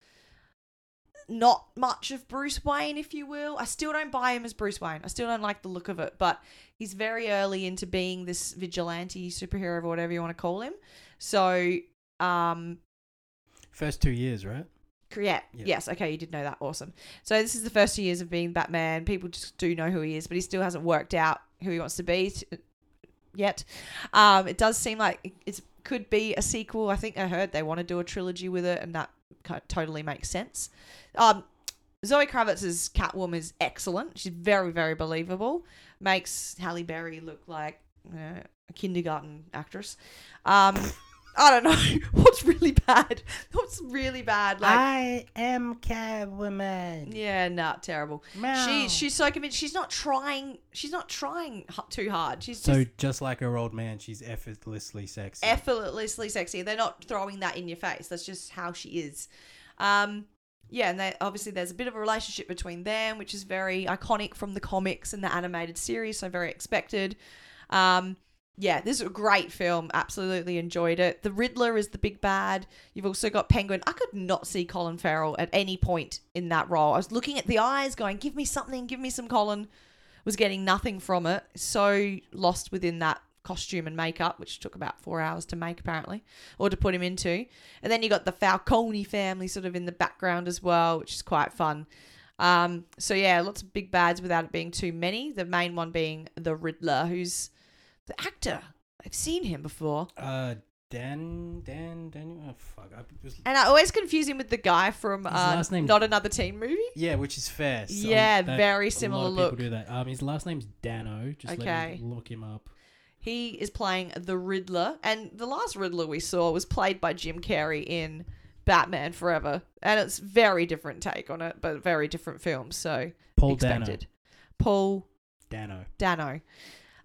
S1: not much of Bruce Wayne, if you will. I still don't buy him as Bruce Wayne. I still don't like the look of it, but he's very early into being this vigilante superhero or whatever you want to call him. So, um,
S2: First two years, right?
S1: yeah.
S2: Yeah.
S1: Yes. Okay. You did know that. Awesome. So this is the first two years of being Batman. People just do know who he is, but he still hasn't worked out who he wants to be t- yet. Um, it does seem like it could be a sequel. I think I heard they want to do a trilogy with it, and that ki- totally makes sense. Um, Zoe Kravitz's Catwoman is excellent. She's very, very believable. Makes Halle Berry look like uh, a kindergarten actress. Um, I don't know [LAUGHS] what's really bad. What's really bad? Like
S2: I am Catwoman.
S1: yeah, nah, terrible.
S2: Meow.
S1: She she's so convinced. She's not trying. She's not trying h- too hard. She's
S2: So
S1: just
S2: just like her old man, she's effortlessly sexy.
S1: effortlessly sexy. They're not throwing that in your face. That's just how she is. Um, yeah, and they, obviously there's a bit of a relationship between them, which is very iconic from the comics and the animated series, so very expected. Um, yeah, this is a great film. Absolutely enjoyed it. The Riddler is the big bad. You've also got Penguin. I could not see Colin Farrell at any point in that role. I was looking at the eyes, going, "Give me something, give me some Colin." Was getting nothing from it. So lost within that costume and makeup, which took about four hours to make apparently, or to put him into. And then you got the Falcone family sort of in the background as well, which is quite fun. Um, so yeah, lots of big bads without it being too many. The main one being the Riddler, who's the actor. I've seen him before.
S2: Uh, Dan, Dan, Daniel. Oh fuck! I was,
S1: And I always confuse him with the guy from uh,
S2: last name-
S1: Not Another Teen Movie.
S2: yeah, which is fair. So
S1: Yeah,
S2: that-
S1: very
S2: a
S1: similar
S2: lot of
S1: look.
S2: People do that. Um, his last name's Dano. Just
S1: Okay.
S2: let me look him up.
S1: He is playing the Riddler, and the last Riddler we saw was played by Jim Carrey in Batman Forever, and it's very different take on it, but very different film, so
S2: Paul
S1: expected. Paul
S2: Dano. Dano.
S1: Dano, uh,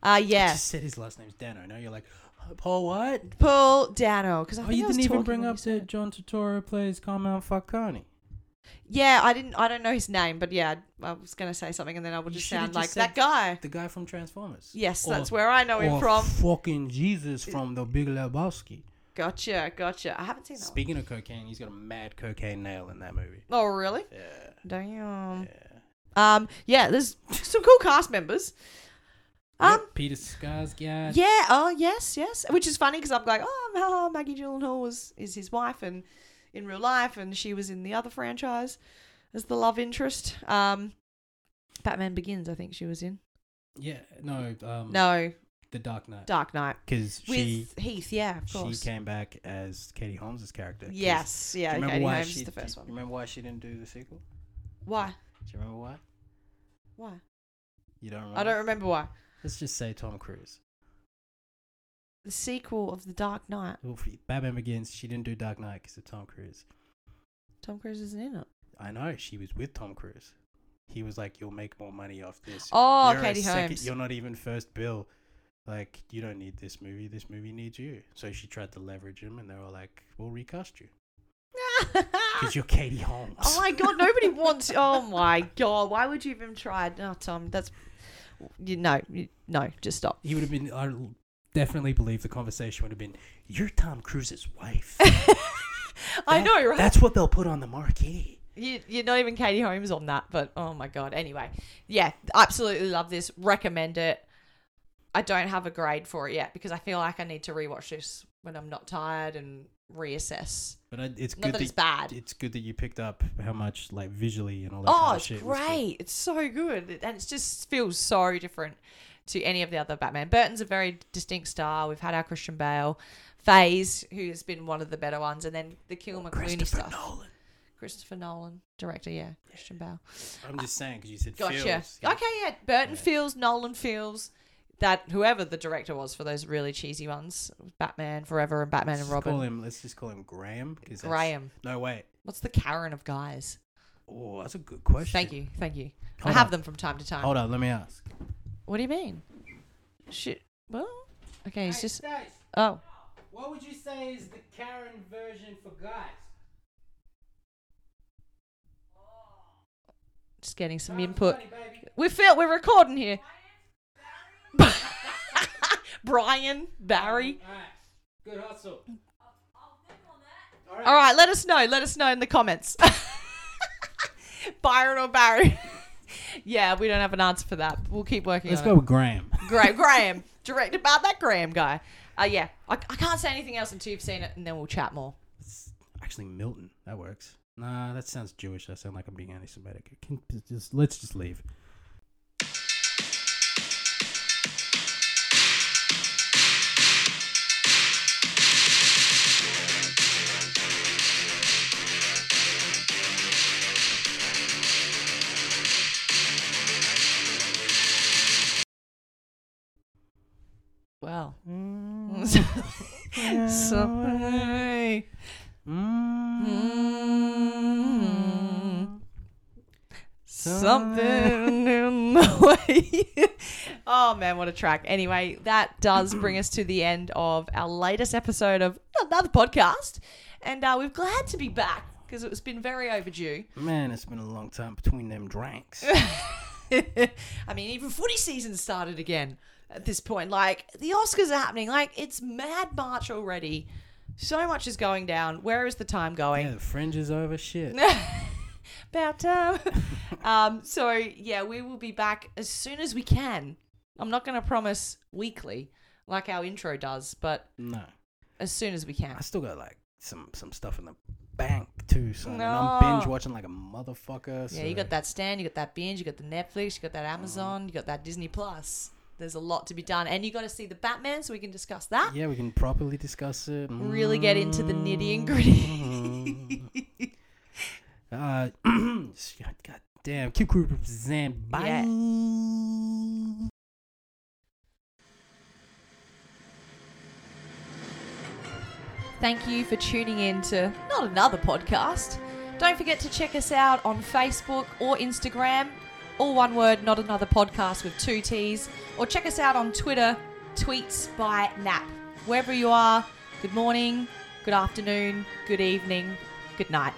S2: I
S1: yeah,
S2: just said his last name's Dano. Now you're like, Paul what?
S1: Paul Dano. Because I
S2: Oh,
S1: think
S2: you
S1: I was
S2: didn't even
S1: talking
S2: bring
S1: when
S2: up
S1: you said
S2: that John Turturro plays Carmel Falcone.
S1: it. Yeah, I didn't. I don't know his name, but yeah, I was gonna say something, and then I would
S2: You
S1: just
S2: should've
S1: sound
S2: just
S1: like that
S2: said-
S1: guy.
S2: The guy from Transformers.
S1: Yes,
S2: Or-
S1: that's where I know him
S2: or
S1: from.
S2: Fucking Jesus from The Big Lebowski.
S1: Gotcha, gotcha. I haven't seen that. one.
S2: Speaking of cocaine, he's got a mad cocaine nail in that movie.
S1: Oh, really?
S2: Yeah.
S1: Damn.
S2: Yeah.
S1: Um, yeah, there's [LAUGHS] some cool cast members. Um,
S2: Yep, Peter Skarsgård.
S1: yeah, oh yes, yes. Which is funny because I'm like, oh, oh, Maggie Gyllenhaal was is his wife, and in real life, and she was in the other franchise as the love interest. Um, Batman Begins, I think she was in.
S2: Yeah, no, um,
S1: No,
S2: The Dark Knight.
S1: Dark Knight
S2: Because
S1: with
S2: she
S1: Heath. Yeah, of
S2: she
S1: course.
S2: came back as Katie Holmes' character. 'cause-
S1: yes,
S2: Do you
S1: yeah.
S2: remember
S1: Katie
S2: why
S1: Holmes
S2: she,
S1: is the first
S2: do you
S1: one.
S2: remember why she didn't do the sequel?
S1: Why?
S2: Do you remember why?
S1: Why?
S2: You don't remember?
S1: I don't remember why.
S2: Let's just say Tom Cruise.
S1: The sequel of The Dark Knight.
S2: Well, for Batman Begins, she didn't do Dark Knight because of Tom Cruise.
S1: Tom Cruise isn't in it.
S2: I know, she was with Tom Cruise. he was like, "You'll make more money off this."
S1: Oh,
S2: a
S1: Katie
S2: second-
S1: Holmes.
S2: You're [LAUGHS] not even first bill. Like, you don't need this movie. This movie needs you. So she tried to leverage him, and they were like, "We'll recast you because you're Katie Holmes."
S1: [LAUGHS] Oh my god, nobody wants. Oh my god, why would you even try? No, Tom, that's you no, you, no, just stop.
S2: he would have been. I definitely believe the conversation would have been, "You're Tom Cruise's
S1: [LAUGHS]
S2: wife."
S1: I
S2: That-
S1: know, right?
S2: That's what they'll put on the marquee.
S1: You, you're not even Katie Holmes on that, but oh my god. Anyway, yeah, absolutely love this. Recommend it. I don't have a grade for it yet because I feel like I need to rewatch this when I'm not tired and reassess.
S2: But I, it's
S1: Not
S2: good
S1: that it's
S2: that-
S1: bad.
S2: It's good that you picked up how much like visually and all that.
S1: Oh,
S2: kind of
S1: it's
S2: shit was good.
S1: great. It's so good. It- And it just feels so different to any of the other Batman. Burton's a very distinct star. We've had our Christian Bale phase, who has been one of the better ones. And then the Kilmer Clooney stuff.
S2: Oh, Nolan.
S1: Christopher Nolan, director, yeah. Christian Bale.
S2: I'm just saying because you said
S1: Gotcha.
S2: feels.
S1: Okay, yeah. Burton feels, Nolan feels. That whoever the director was for those really cheesy ones, Batman Forever and Batman and
S2: Let's just Call
S1: Robin.
S2: him. Let's just call him Graham. 'cause that's-
S1: Graham.
S2: No wait.
S1: What's the Karen of guys?
S2: Oh, that's a good question.
S1: Thank you, thank you.
S2: Hold
S1: I have
S2: on.
S1: them from time to time.
S2: Hold on, let me ask.
S1: What do you mean? Shit. Well, okay, it's just. Oh,
S2: what would you say is the Karen version for guys?
S1: just getting some input. We feel we're recording here. [LAUGHS] Brian, Barry.
S2: Good hustle.
S1: All right, let us know. Let us know in the comments. [LAUGHS] Byron or Barry. [LAUGHS] yeah, we don't have an answer for that. We'll keep working
S2: Let's
S1: on
S2: go
S1: it.
S2: with Graham. [LAUGHS]
S1: Graham, Graham, directed by that Graham guy. Uh, yeah, I, I can't say anything else until you've seen it, and then we'll chat more.
S2: Actually, Milton. That works. Nah, that sounds Jewish. I sound like I'm being anti-Semitic. I Can, just, let's just leave.
S1: Well. [LAUGHS] so, Mm. Something in the way. [LAUGHS] oh man, what a track. Anyway, that does bring us to the end of our latest episode of another podcast. And uh, we're glad to be back because it's been very overdue.
S2: Man, it's been a long time between them
S1: [LAUGHS]
S2: drinks.
S1: I mean, even footy season started again at this point. Like, the Oscars are happening. Like, it's mad March already. So much is going down. Where is the time going?
S2: yeah, the fringe is
S1: [LAUGHS]
S2: over. Shit.
S1: about time. [LAUGHS] um, so yeah, we will be back as soon as we can. I'm not going to promise weekly like our intro does, but
S2: No,
S1: as soon as we can.
S2: I still got like some some stuff in the bank too. So and
S1: No.
S2: I'm binge watching like a motherfucker.
S1: Yeah, you
S2: so-
S1: got that Stan, you got that binge, you got the Netflix, you got that Amazon, you got that Disney Plus. There's a lot to be done, and you got to see the Batman, so we can discuss that.
S2: Yeah, we can properly discuss it. Mm-hmm.
S1: Really get into the nitty and gritty. [LAUGHS]
S2: [LAUGHS] Uh, [CLEARS THROAT] God damn. Keep crew represent. Bye.
S1: Yeah. Thank you for tuning in to not another podcast. Don't forget to check us out on Facebook or Instagram, all one word, not another podcast with two T's, or check us out on Twitter, tweets by Nap. Wherever you are, good morning, good afternoon, good evening, good night.